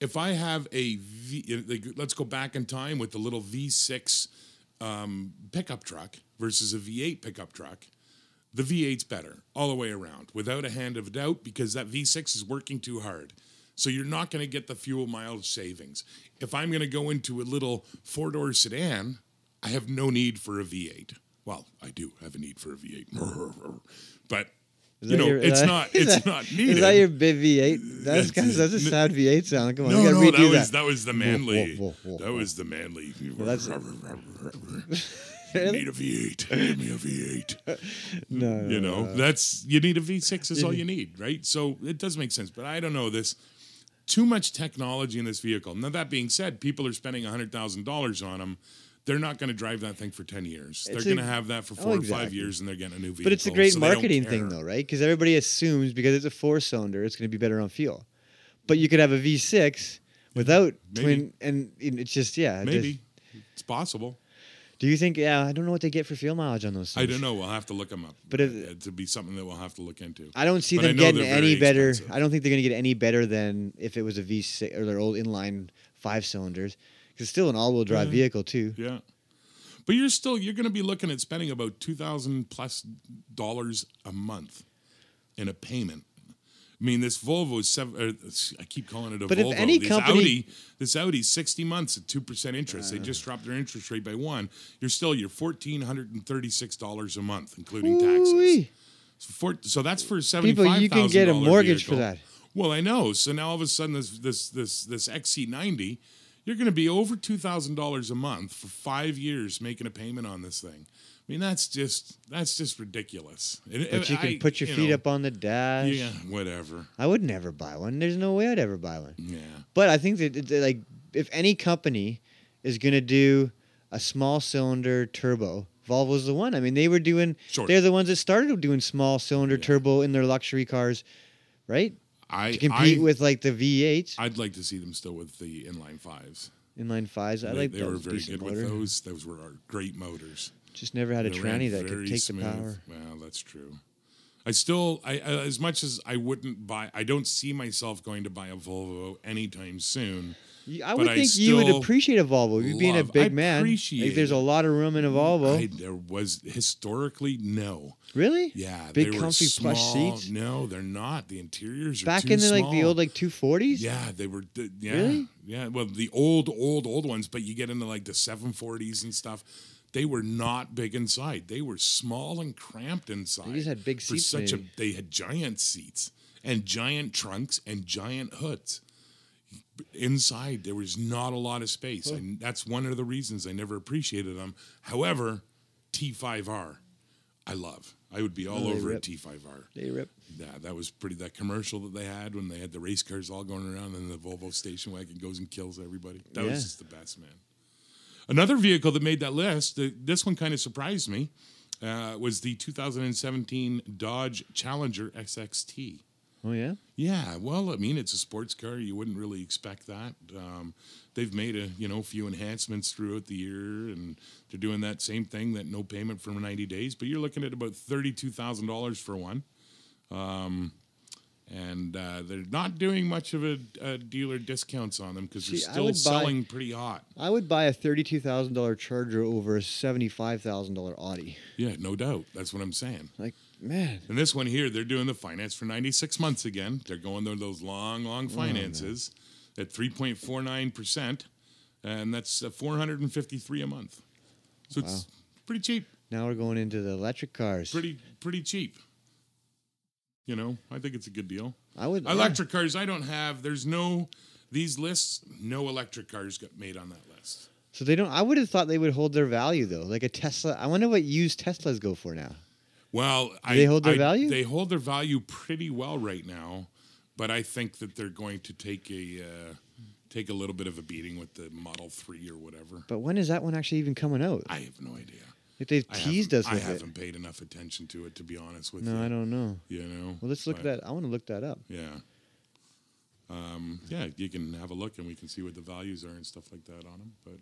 S2: if I have a V, like, let's go back in time with the little V6 um, pickup truck versus a V8 pickup truck. The V8's better all the way around, without a hand of a doubt, because that V6 is working too hard. So you're not going to get the fuel mileage savings. If I'm going to go into a little four door sedan, I have no need for a V8. Well, I do have a need for a V8, but
S3: Is
S2: you
S3: that
S2: know,
S3: your- is
S2: it's
S3: that- is
S2: not it's
S3: that-
S2: not needed.
S3: Is that your big V8? That's kind of, that's a sad V8 sound. Come on,
S2: no,
S3: you gotta
S2: no,
S3: redo
S2: that was that.
S3: that.
S2: was the manly.
S3: whoa, whoa,
S2: that
S3: whoa.
S2: was the manly.
S3: that's-
S2: You need a V8. Give me a V8.
S3: no,
S2: you know that's you need a v6 is all you need right so it does make sense but i don't know this too much technology in this vehicle now that being said people are spending $100000 on them they're not going to drive that thing for 10 years they're
S3: It's
S2: going to
S3: a- Oh,
S2: have that for four or five
S3: exactly.
S2: years and they're getting a new vehicle
S3: But it's a great
S2: so they don't
S3: marketing thing,
S2: care.
S3: though, right? Because everybody assumes because it's a four cylinder, it's going to be better on fuel. But you could have a V6 without
S2: Maybe.
S3: twin, and it- it's just yeah, it
S2: maybe it's possible
S3: just- Do you think? Yeah, I don't know what they get for fuel mileage on those. Things.
S2: I don't know. We'll have to look them up.
S3: But if-
S2: to be something that we'll have to look into.
S3: I don't see
S2: But I
S3: them
S2: know
S3: getting
S2: they're very
S3: any better.
S2: expensive.
S3: I don't think they're going to get any better than if it was a V6 or their old inline five cylinders. 'Cause it's still an all-wheel drive
S2: Mm-hmm.
S3: vehicle too.
S2: Yeah. But you're still you're going to be looking at spending about two thousand plus dollars a month in a payment. I mean, this Volvo is seven. Or, this- I keep calling it a
S3: But if
S2: Volvo.
S3: any
S2: this
S3: company-
S2: Audi, this Audi, sixty months at two percent interest. they
S3: Uh.
S2: just dropped their interest rate by one. You're still you're fourteen hundred and thirty six dollars a month, including taxes.
S3: Ooh-wee.
S2: So, for, so that's for seventy
S3: People,
S2: five.
S3: you can get a mortgage for that.
S2: Well, I know. So now all of a sudden, this this this this XC90, you're going to be over two thousand dollars a month for five years making a payment on this thing. I mean, that's just that's just ridiculous. And- and
S3: But you can
S2: I-
S3: put your
S2: you
S3: feet
S2: know,
S3: up on the dash.
S2: Yeah, whatever.
S3: I would never buy one. There's no way I'd ever buy one.
S2: Yeah,
S3: But I think that that, like if any company is going to do a small cylinder turbo, Volvo's the one. I mean, they were doing.
S2: Sure.
S3: They're the ones that started doing small cylinder
S2: Yeah.
S3: turbo in their luxury cars, right?
S2: I
S3: To compete
S2: I,
S3: with like the V8
S2: I'd like to see them still with the inline fives.
S3: inline fives. I
S2: they,
S3: like
S2: they
S3: those
S2: were very
S3: decent
S2: good
S3: motor.
S2: with those. Those were our great motors.
S3: Just never had a
S2: They ran
S3: tranny that could
S2: very
S3: take
S2: smooth.
S3: the power.
S2: Well, that's true. I still, I uh, as much as I wouldn't buy, I don't see myself going to buy a Volvo anytime soon.
S3: You- I
S2: But
S3: would
S2: I
S3: think you would
S2: still
S3: appreciate a Volvo. You being a
S2: love- I
S3: big man,
S2: appreciate
S3: like, there's a lot of room in a Volvo.
S2: I, there was historically no.
S3: really?
S2: Yeah,
S3: Big
S2: they
S3: comfy
S2: were small.
S3: plush seats.
S2: No, they're not. The interiors are
S3: Back
S2: too
S3: in the, like the
S2: small.
S3: old like 240s.
S2: Yeah, they were. th- yeah,
S3: Really?
S2: yeah. Well, the old, old, old ones. But you get into like the 740s and stuff. They were not big inside. They were small and cramped inside.
S3: just had big
S2: for
S3: seats,
S2: Such
S3: maybe.
S2: a they had giant seats and giant trunks and giant hoods. Inside there was not a lot of space, and that's one of the reasons I never appreciated them. However, T5R, I love. I would be all
S3: Oh, they
S2: over a
S3: rip.
S2: T5R.
S3: They rip.
S2: Yeah, that was pretty. That commercial that they had when they had the race cars all going around, and the Volvo station wagon goes and kills everybody. That
S3: Yeah.
S2: was just the best, man. Another vehicle that made that list. th- this one kind of surprised me. Uh, was the 2017 Dodge Challenger XXT?
S3: Oh yeah.
S2: Yeah, well, I mean, it's a sports car. You wouldn't really expect that. Um, they've made a you know few enhancements throughout the year, and they're doing that same thing that no payment for ninety days. But you're looking at about thirty two thousand dollars for one. Um, and uh, they're not doing much of a, a dealer discounts on them because they're
S3: See, I
S2: still
S3: would buy-
S2: selling pretty hot.
S3: I would buy a thirty-two thousand dollar Charger over a seventy-five thousand dollar Audi.
S2: Yeah, no doubt. That's what I'm saying.
S3: Like, man,
S2: And this one here, they're doing the finance for 96 months again. They're going to those long, long finances at 3.49%, and that's uh, 453 a month. So it's pretty cheap,
S3: now we're going into the electric cars.
S2: pretty pretty cheap. You know, I think it's a good deal.
S3: I would yeah.
S2: Electric cars, I don't have. There's no these lists. No electric cars got made on that list.
S3: So they don't. I would have thought they would hold their value though. Like a Tesla. I wonder what used Teslas go for now.
S2: Well, I,
S3: they hold their
S2: I-
S3: value?
S2: They hold their value pretty well right now, but I think that they're going to take a uh, take a little bit of a beating with the Model Three or whatever.
S3: But when is that one actually even coming out?
S2: I have no idea.
S3: Like they've
S2: I
S3: teased us
S2: haven't-
S3: with it.
S2: I haven't paid enough attention to it to be honest with you.
S3: No, I don't know.
S2: You know.
S3: Well, let's look
S2: but,
S3: that. I want to look that up.
S2: Yeah. Um, yeah, you can have a look and we can see what the values are and stuff like that on them. But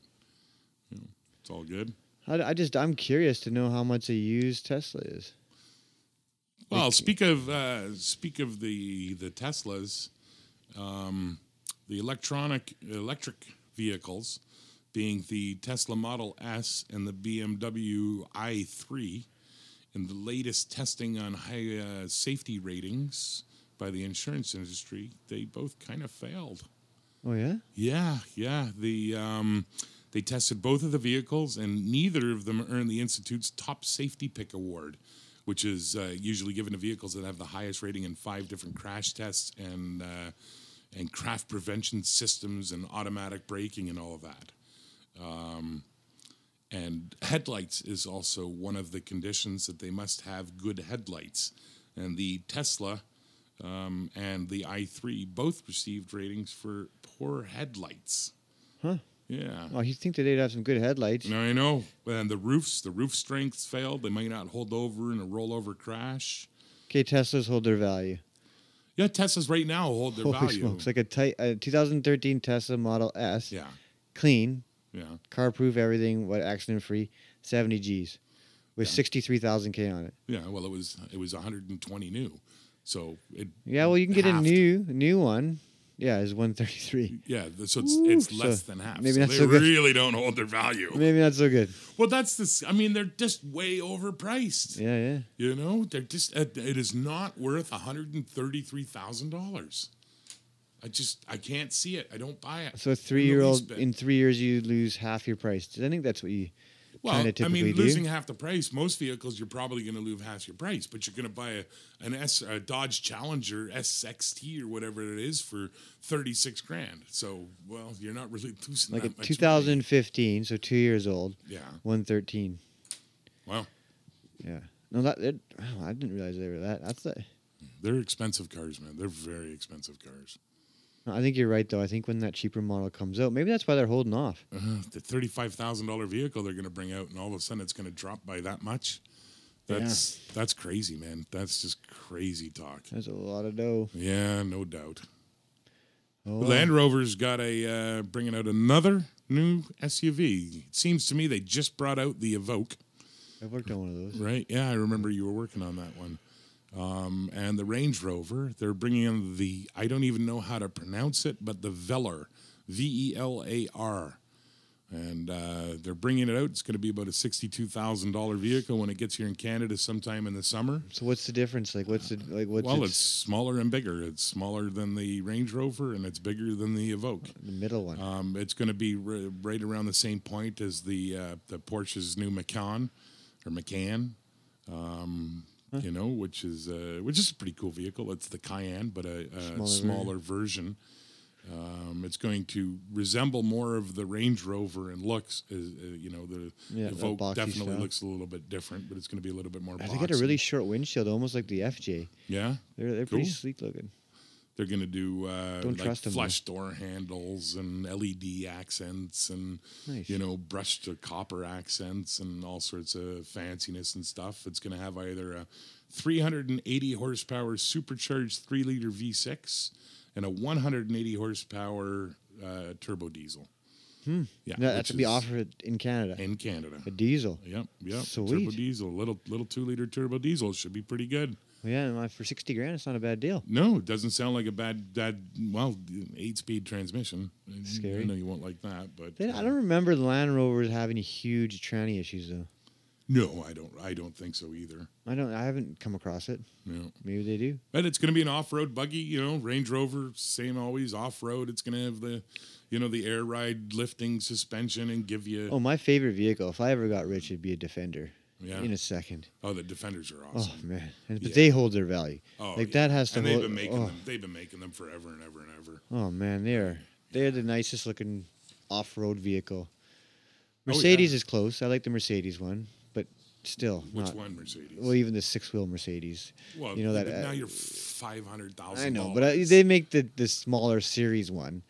S2: you know, it's all good.
S3: I, I just I'm curious to know how much a used Tesla is.
S2: Well, speak of uh, speak of the the Teslas, um, the electronic electric vehicles, being the Tesla Model S and the BMW i3, and the latest testing on high uh, safety ratings by the insurance industry, they both kind of failed.
S3: Oh yeah.
S2: Yeah, yeah. The um, they tested both of the vehicles, and neither of them earned the institute's top safety pick award, which is uh, usually given to vehicles that have the highest rating in five different crash tests and uh, and crash prevention systems and automatic braking and all of that. Um, And headlights is also one of the conditions that they must have good headlights. And the Tesla um, and the i3 both received ratings for poor headlights. Huh? Yeah.
S3: Well, Oh, you think that they'd have some good headlights.
S2: Now I know. And the roofs, the roof strengths failed. They might not hold over in a rollover crash.
S3: Okay, Teslas hold their value.
S2: Yeah, Teslas right now hold their
S3: Holy
S2: value.
S3: smokes! Like a, ti- a 2013 Tesla Model S.
S2: yeah,
S3: Clean,
S2: yeah.
S3: car proof everything, what accident free, 70 G's with 63,000 K on it.
S2: Yeah, well, it was it was 120 new, so it
S3: Yeah, well, you can get a
S2: halved.
S3: new new one. Yeah, it's 133.
S2: Yeah, th- so it's,
S3: Ooh,
S2: it's
S3: so
S2: less than half.
S3: maybe
S2: so
S3: not
S2: they
S3: so good.
S2: really don't hold their value.
S3: Maybe not so good.
S2: Well, that's this. I mean, they're just way overpriced.
S3: Yeah, yeah.
S2: You know, they're just. It it is not worth one hundred and thirty-three thousand dollars. I just, I can't see it. I don't buy it.
S3: So a
S2: in the
S3: three year
S2: least
S3: old
S2: bit.
S3: in three years you lose half your price. I think that's what you
S2: well,
S3: kinda
S2: I mean,
S3: typically do.
S2: losing half the price. Most vehicles, you're probably going to lose half your price, but you're going to buy a an S, a Dodge Challenger SXT or whatever it is for thirty-six grand. So, well, you're not really losing
S3: like
S2: that
S3: a
S2: much money.
S3: 2015, so two years old.
S2: Yeah.
S3: 113.
S2: Well,
S3: Yeah. No, that it, wow, I didn't realize they were that. That's the,
S2: they're expensive cars, man. They're very expensive cars.
S3: no, I think you're right though. I think when that cheaper model comes out, maybe that's why they're holding off.
S2: uh, the thirty-five thousand dollar vehicle they're going to bring out, and all of a sudden it's going to drop by that much. That's that's crazy, man. That's just crazy talk.
S3: There's a lot of dough.
S2: Yeah, no doubt.
S3: Oh,
S2: Land Rover's got a uh, bringing out another new SUV. It seems to me they just brought out the Evoque,
S3: I've worked on one of those.
S2: right? Yeah, I remember you were working on that one. Um, and the Range Rover, they're bringing in the I don't even know how to pronounce it, but the Velar, V E L A R. and uh, they're bringing it out. It's going to be about a sixty-two thousand dollar vehicle when it gets here in Canada sometime in the summer.
S3: So what's the difference? Like what's the like what's
S2: Well,
S3: its-
S2: it's smaller and bigger. It's smaller than the Range Rover, and it's bigger than the Evoque.
S3: the middle one?
S2: Um, it's going to be r- right around the same point as the uh, the Porsche's new Macan or Macan,
S3: Hmm.
S2: um, you know, which is uh, which is a pretty cool vehicle. It's the Cayenne, but a, a smaller,
S3: Smaller
S2: version. Um, it's going to resemble more of the Range Rover and looks. Is, uh, you know, the
S3: Yeah, that
S2: Evoque
S3: boxy
S2: definitely
S3: style.
S2: looks a little bit different, but it's going to be a little bit more.
S3: they got a
S2: boxy.
S3: really short windshield, almost like the FJ.
S2: yeah.
S3: They're they're pretty
S2: Cool.
S3: sleek looking.
S2: They're going to do uh,
S3: Don't
S2: like
S3: trust 'em, though.
S2: flush door handles and LED accents and
S3: Nice.
S2: you know brushed to copper accents and all sorts of fanciness and stuff. It's going to have either a 380 horsepower supercharged three liter V6 and a 180 horsepower uh, turbo diesel.
S3: Hmm.
S2: Yeah,
S3: No,
S2: which
S3: that's to be
S2: is
S3: offered in Canada.
S2: in Canada.
S3: a diesel.
S2: Yep, yep. Turbo
S3: Sweet.
S2: diesel, little little two liter turbo diesel should be pretty good.
S3: Well, yeah, and like, for sixty grand, it's not a bad deal.
S2: No, it doesn't sound like a bad bad. Well, eight speed transmission. I
S3: Scary.
S2: know you won't like that, but
S3: They, I don't remember the Land Rovers having huge tranny issues though.
S2: No, I don't. I don't think so either.
S3: I don't. I haven't come across it.
S2: No,
S3: Maybe they do.
S2: but it's going to be an off road buggy. You know, Range Rover, same always off road. It's going to have the, you know, the air ride lifting suspension and give you.
S3: Oh, my favorite vehicle. If I ever got rich, it'd be a Defender.
S2: Yeah.
S3: In a second.
S2: Oh, the Defenders are
S3: Oh
S2: awesome.
S3: man, and, but
S2: Yeah.
S3: they hold their value.
S2: Oh,
S3: like
S2: yeah.
S3: that has to
S2: And they've
S3: hold.
S2: been making
S3: oh,
S2: them. They've been making them forever and ever and ever.
S3: oh man, they're they're the nicest looking off-road vehicle.
S2: Oh, yeah.
S3: Mercedes is close. I like the Mercedes one, but still
S2: Which
S3: not.
S2: one, Mercedes?
S3: Well, even the six-wheel Mercedes.
S2: Well,
S3: you know that.
S2: now
S3: uh,
S2: you're five hundred thousand.
S3: I know, but I, they make the the smaller series one.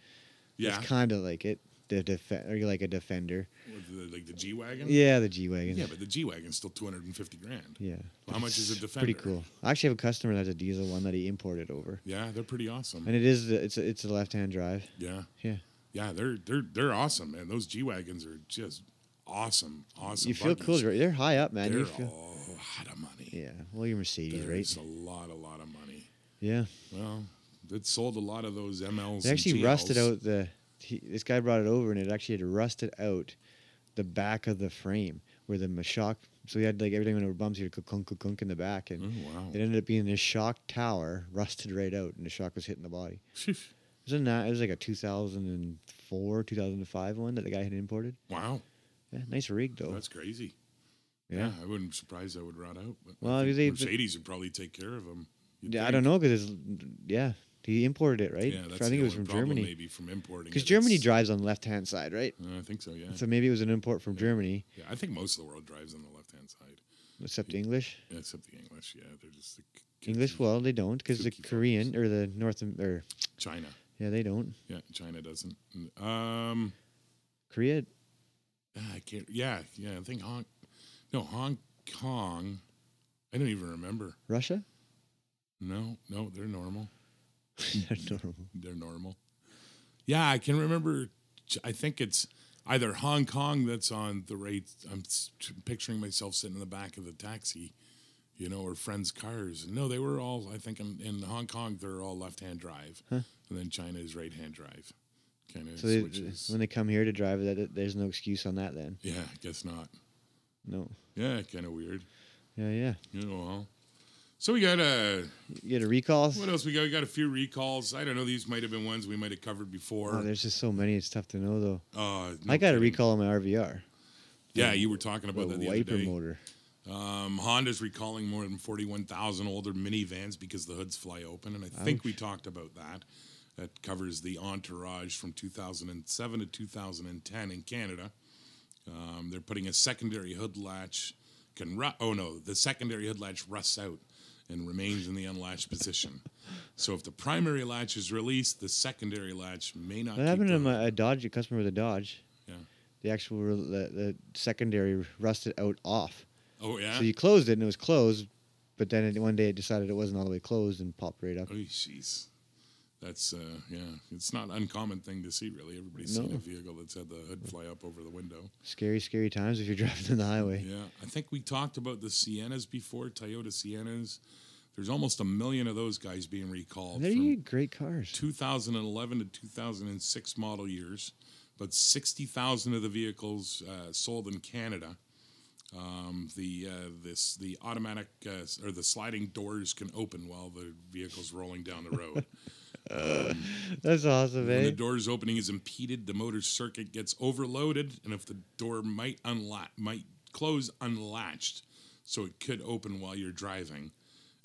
S2: yeah,
S3: It's kind of like it. The def- or you're like a defender.
S2: With the- like the G wagon.
S3: Yeah, the G wagon.
S2: Yeah, but the G wagon's still two hundred and fifty grand.
S3: Yeah.
S2: How
S3: But
S2: much is a
S3: it's
S2: Defender?
S3: Pretty cool. I actually have a customer that has a diesel one that he imported over,
S2: Yeah, they're pretty awesome.
S3: and it is the, it's a, it's a left hand drive.
S2: yeah,
S3: Yeah.
S2: yeah, they're they're they're awesome, man. Those G wagons are just awesome, awesome.
S3: you feel cool,
S2: buggies.
S3: right? They're high up, man.
S2: They're
S3: You
S2: a
S3: feel,
S2: lot of money.
S3: yeah. Well, your Mercedes,
S2: There's
S3: right?
S2: a lot, a lot of money.
S3: Yeah.
S2: Well, it sold a lot of those MLs.
S3: They
S2: and
S3: actually rusted
S2: GLs.
S3: out the. He, this guy brought it over, and it actually had rusted out the back of the frame where the m- shock. So he had like every time when it were bumps, he'd clunk, clunk, clunk in the back, and
S2: Oh, wow.
S3: it ended up being this shock tower rusted right out, and the shock was hitting the body.
S2: Phew.
S3: It was, a, ni- it was like a 2004, 2005 one that the guy had imported.
S2: Wow,
S3: Yeah, nice rig though.
S2: that's crazy.
S3: Oh. yeah.
S2: Yeah, I wouldn't be surprised that would rot out. But
S3: Well,
S2: I think
S3: they-
S2: Mercedes would probably take care of them.
S3: Yeah, I don't know because it's yeah he imported it right.
S2: Yeah, that's
S3: I think
S2: the
S3: it was from
S2: only problem,
S3: Germany
S2: Maybe from importing.
S3: because
S2: it.
S3: Germany
S2: It's- Uh,
S3: drives on left hand side right.
S2: I think so. Yeah.
S3: So maybe it was an import from Germany,
S2: yeah, I think most of the world drives on the left hand side.
S3: except English.
S2: Except the English, yeah, they're just the c- c-
S3: English, well, they don't because the
S2: Kooky fuckers.
S3: Korean or the North Am- or
S2: China,
S3: yeah, they don't.
S2: yeah, China doesn't. Um,
S3: Korea,
S2: ah, I can't. Yeah, yeah, I think Hong, no Hong Kong. I don't even remember.
S3: Russia,
S2: No, no, they're normal.
S3: They're normal.
S2: They're normal. Yeah, I can remember. Ch- I think it's. either Hong Kong that's on the right. I'm s- picturing myself sitting in the back of the taxi, you know, or friends' cars. No, they were all. I think in, in Hong Kong they're all left-hand drive, and then China is right-hand drive. Kind of
S3: So they,
S2: switches.
S3: when they come here to drive, that that- there's no excuse on that. Then
S2: yeah, I guess not.
S3: no.
S2: Yeah, kind of weird.
S3: Yeah, yeah.
S2: You know. Well. So we got a.
S3: You get a recall.
S2: What else we got? We got a few recalls. I don't know. These might have been ones we might have covered before.
S3: Oh, there's just so many. It's tough to know though.
S2: Uh, no
S3: I got a
S2: kidding.
S3: recall on my RVR.
S2: Yeah, you were talking
S3: The
S2: about that the
S3: wiper
S2: other day.
S3: motor.
S2: Um, Honda's recalling more than 41,000 older minivans because the hoods fly open, and I think we talked about that. That covers the Entourage from 2007 to 2010 in Canada. Um, they're putting a secondary hood latch. Can ru- oh no, the secondary hood latch rusts out and remains in the unlatched position. So if the primary latch is released, the secondary latch may not.
S3: That
S2: keep
S3: happened
S2: the
S3: to
S2: hood.
S3: my a Dodge, a customer with a Dodge.
S2: Yeah.
S3: The actual re- the, the secondary rusted out off.
S2: Oh yeah.
S3: So you closed it and it was closed, but then it, one day it decided it wasn't all the way closed and popped right up.
S2: Oh, jeez. That's uh, yeah. It's not an uncommon thing to see, really. Everybody's seen
S3: No.
S2: a vehicle that's had the hood fly up over the window.
S3: Scary, scary times if you're driving on the highway.
S2: Yeah, I think we talked about the Siennas before, Toyota Siennas. There's almost a million of those guys being recalled
S3: They're
S2: from
S3: great cars.
S2: 2011 to 2006 model years. But 60,000 of the vehicles uh, sold in Canada. Um, the uh, this the automatic uh, s- or the sliding doors can open while the vehicle's rolling down the road.
S3: That's awesome,
S2: When
S3: eh?
S2: the door's opening is impeded, the motor circuit gets overloaded, and if the door might unlatch, might close unlatched, so it could open while you're driving.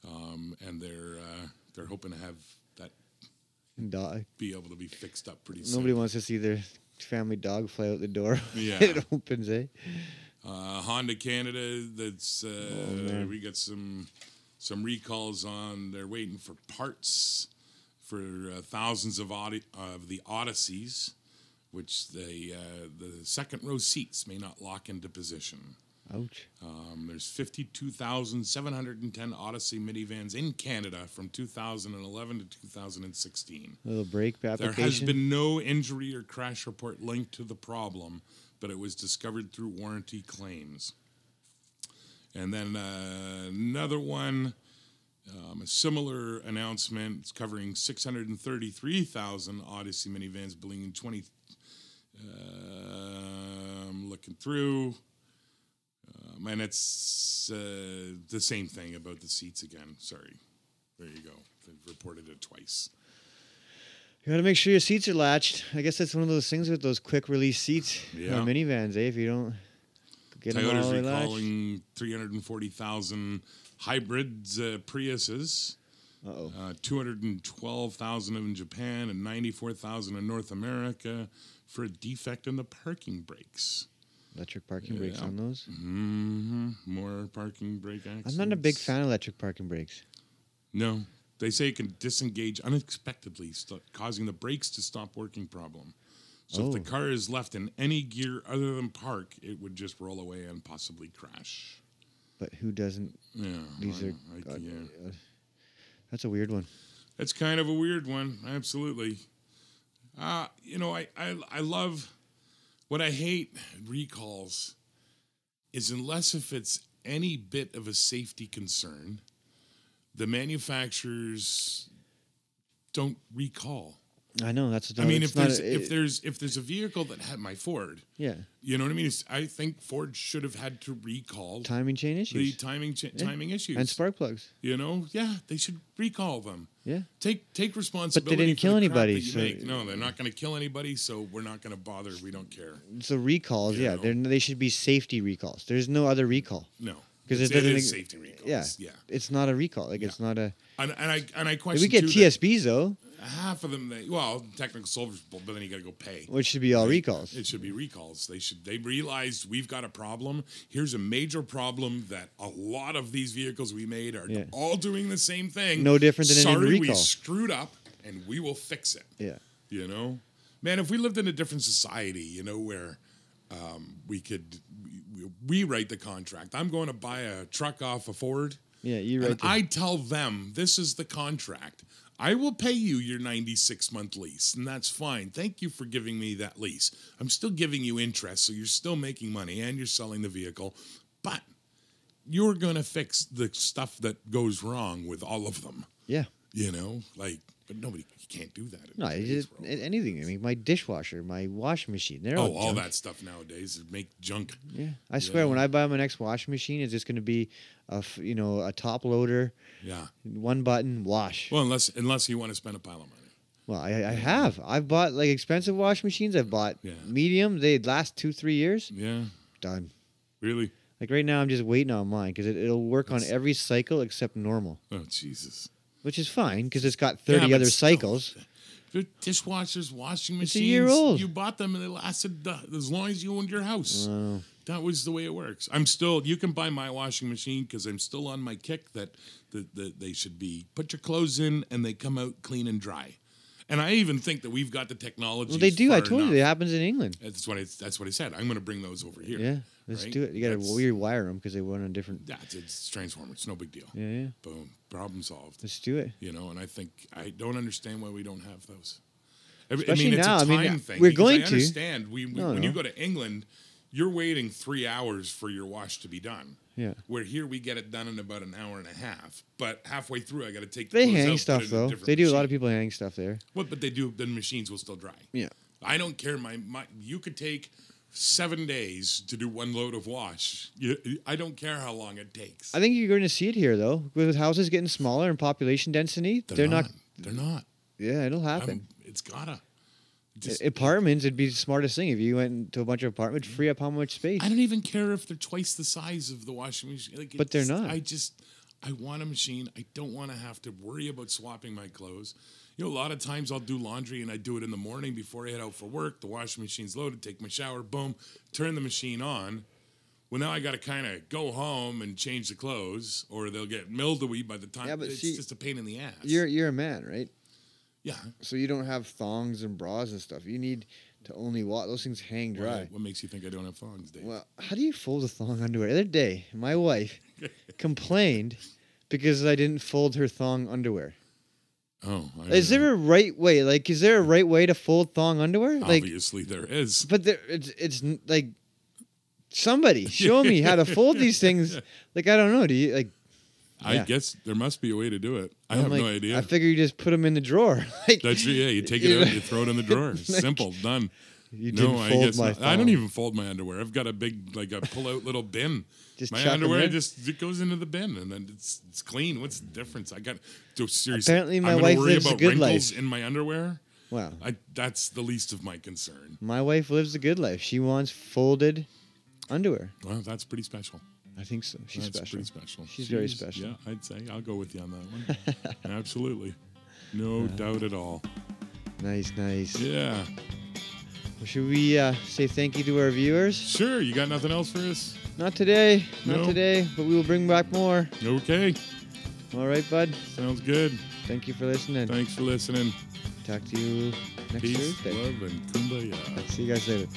S2: Um, and they're uh, they're hoping to have that
S3: Dog.
S2: be able to be fixed up pretty soon.
S3: Nobody wants to see their family dog fly out the door.
S2: Yeah.
S3: it opens, eh?
S2: Uh, Honda Canada. That's uh,
S3: man.
S2: we got some some recalls on. They're waiting for parts for uh, thousands of Audi- of the Odysseys, which they uh, the second row seats may not lock into position.
S3: Ouch.
S2: Um, there's 52,710 Odyssey minivans in Canada from 2011 to 2016.
S3: little brake
S2: There
S3: application.
S2: has been no injury or crash report linked to the problem, but it was discovered through warranty claims. And then uh, another one, um, a similar announcement. It's covering 633,000 Odyssey minivans, believing 20. Uh, I'm looking through. Um, and it's uh, the same thing about the seats again. Sorry. There you go. They've reported it twice.
S3: You got to make sure your seats are latched. I guess that's one of those things with those quick release seats
S2: Yeah.
S3: on minivans, eh? If you don't get them
S2: Toyota's
S3: all latched.
S2: recalling 340,000 hybrids uh, Priuses,
S3: Uh-oh.
S2: uh, 212,000 in Japan, and 94,000 in North America for a defect in the parking brakes.
S3: Electric parking brakes
S2: Yeah.
S3: on those.
S2: hmm More parking brake accidents.
S3: I'm not a big fan of electric parking brakes.
S2: No. They say it can disengage unexpectedly, st- causing the brakes to stop working problem. So if
S3: Oh.
S2: the car is left in any gear other than park, it would just roll away and possibly crash.
S3: But who doesn't?
S2: Yeah,
S3: These
S2: I-
S3: are.
S2: I-
S3: uh,
S2: yeah.
S3: uh, that's a weird one.
S2: That's kind of a weird one, absolutely. Uh, you know, I, I I love what I hate recalls is unless if it's any bit of a safety concern, the manufacturers don't recall.
S3: I know that's.
S2: I mean, if
S3: it's not
S2: there's
S3: a-
S2: if there's if there's a vehicle that had my Ford,
S3: yeah,
S2: you know what I mean. It's, I think Ford should have had to recall
S3: timing chain
S2: the
S3: issues
S2: timing cha- timing issues.
S3: and spark plugs.
S2: you know, yeah, they should recall them.
S3: Yeah,
S2: Take take responsibility.
S3: didn't
S2: for
S3: kill
S2: the crap
S3: anybody,
S2: that you
S3: so-
S2: make. No, they're not going to kill anybody, so we're not going to bother. We don't care.
S3: so recalls.
S2: You
S3: Yeah,
S2: know.
S3: they're, they should be safety recalls. There's no other recall.
S2: No,
S3: 'Cause it
S2: It's- it
S3: doesn't
S2: is
S3: ex-
S2: safety recalls.
S3: Yeah,
S2: yeah.
S3: It's not a recall. Like it's not a.
S2: And, and I and I question
S3: we get
S2: too that
S3: TSBs though,
S2: half of them. They, well, technical solvers, but then you got to go pay.
S3: which should be all recalls.
S2: It should be recalls. They should. They realized we've got a problem. Here's a major problem that a lot of these vehicles we made are
S3: Yeah.
S2: all doing the same thing.
S3: No different than an
S2: Sorry, we
S3: recall.
S2: screwed up, and we will fix it.
S3: Yeah,
S2: you know man if we lived in a different society you know where um, we could we, we rewrite the contract i'm going to buy a truck off a ford
S3: yeah, you're
S2: and
S3: right. there.
S2: i tell them this is the contract I will pay you your 96 month lease, and that's fine. Thank you for giving me that lease. I'm still giving you interest, so you're still making money and you're selling the vehicle, but you're going to fix the stuff that goes wrong with all of them,
S3: Yeah.
S2: you know? Like, but nobody you can't do that. in
S3: No, it
S2: today's
S3: is
S2: world.
S3: anything. I mean, my dishwasher, my washing machine. They're
S2: Oh, all
S3: junk.
S2: that stuff nowadays is make junk.
S3: Yeah, I swear. When I buy my next washing machine, it's just going to be a f- you know a top loader,
S2: Yeah.
S3: one button wash.
S2: Well, unless unless you want to spend a pile of money.
S3: Well, I, I have. I've bought like expensive washing machines. I've bought
S2: Yeah.
S3: medium. They last two, three years.
S2: Yeah.
S3: Done.
S2: Really?
S3: Like right now, I'm just waiting on mine because it, it'll work on
S2: That's-
S3: every cycle except normal,
S2: Oh, Jesus.
S3: which is fine because it's got 30
S2: but
S3: other
S2: still,
S3: cycles.
S2: They're dishwashers, washing
S3: It's
S2: machines.
S3: a year old.
S2: You bought them and they lasted the, as long as you owned your house.
S3: Oh.
S2: That was the way it works. I'm still. You can buy my washing machine because I'm still on my kick that that that they should be put your clothes in and they come out clean and dry. And I even think that we've got the technology.
S3: Well, they do. I told you
S2: enough.
S3: that happens in England.
S2: That's what I, that's what I said. I'm going to bring those over here.
S3: Yeah, let's
S2: right?
S3: do it. You got to
S2: That's-
S3: rewire them because they run on different.
S2: That's it's Transformers. No big deal.
S3: Yeah, yeah.
S2: Boom. Problem solved.
S3: Let's do it.
S2: you know and i think i don't understand why we don't have those I-
S3: Especially
S2: i mean
S3: now, I
S2: it's a
S3: mean,
S2: time thing
S3: we're
S2: because
S3: going
S2: i
S3: to.
S2: understand we, we-
S3: No,
S2: when
S3: no.
S2: you go to england you're waiting three hours for your wash to be done
S3: Yeah.
S2: where here we get it done in about an hour and a half but halfway through i got to take the
S3: They
S2: clothes out,
S3: hang
S2: put
S3: stuff
S2: it in
S3: though.
S2: different
S3: They do a lot
S2: machine.
S3: of people hang stuff there.
S2: Well, but they do. The machines will still dry.
S3: Yeah.
S2: I don't care. My, my you could take seven days to do one load of wash. You, I don't care how long it takes.
S3: I think you're going to see it here though, with houses getting smaller and population density. They're, not,
S2: They're not.
S3: Yeah, it'll happen.
S2: I'm, it's gotta.
S3: A-
S2: Just-
S3: apartments would be the smartest thing if you went to a bunch of apartments, free up how much space.
S2: I don't even care if they're twice the size of the washing machine. Like,
S3: But they're
S2: it's-
S3: not.
S2: I just, I want a machine. I don't want to have to worry about swapping my clothes. You know, a lot of times I'll do laundry and I do it in the morning before I head out for work. The washing machine's loaded. Take my shower. Boom. Turn the machine on. Well, now I got to kind of go home and change the clothes, or they'll get mildewy by the time.
S3: Yeah, but
S2: it's
S3: see,
S2: just a pain in the ass.
S3: You're you're a man, right?
S2: yeah.
S3: So you don't have thongs and bras and stuff. You need to only wash those things hang
S2: Why-
S3: dry.
S2: What makes you think I don't have thongs, Dave?
S3: Well, how do you fold a thong underwear? The other day, my wife complained because I didn't fold her thong underwear.
S2: oh, I
S3: Is
S2: don't know.
S3: there a right way? Like, is there a right way to fold thong underwear? Like,
S2: Obviously, there is.
S3: but there, it's it's n- like somebody show me how to fold these things. Like, I don't know. Do you like?
S2: I
S3: Yeah.
S2: guess there must be a way to do it. I
S3: I'm
S2: have
S3: like,
S2: no idea.
S3: I figure you just put them in the drawer. like,
S2: That's yeah. You take it out, and you throw it in the drawer. Simple, done.
S3: you
S2: no,
S3: didn't
S2: I
S3: fold
S2: guess
S3: my.
S2: not. I
S3: thong.
S2: don't even fold my underwear. I've got a big like a pull out little bin.
S3: Just chuck
S2: my
S3: 'em
S2: underwear
S3: in?
S2: just it goes into the bin and then it's it's clean. What's the difference? I got so seriously.
S3: Apparently my
S2: I'm gonna
S3: wife
S2: worry
S3: lives a
S2: about
S3: good
S2: wrinkles
S3: life.
S2: in my underwear.
S3: Wow.
S2: I that's the least of my concern.
S3: My wife lives the good life. She wants folded underwear.
S2: Well, that's pretty special.
S3: I think so. She's
S2: that's
S3: special.
S2: pretty special.
S3: She's very special.
S2: Yeah, I'd say I'll go with you on that one. Absolutely,
S3: Uh.
S2: no doubt at all.
S3: Nice, nice.
S2: Yeah,
S3: Well, should we uh, say thank you to our viewers?
S2: sure. You got nothing else for us?
S3: Not today. Not
S2: No.
S3: today. But we will bring back more.
S2: Okay,
S3: All right, bud.
S2: sounds good.
S3: Thank you for listening.
S2: Thanks for listening.
S3: Talk to you next
S2: Peace,
S3: Thursday.
S2: love, and kumbaya.
S3: See you guys later.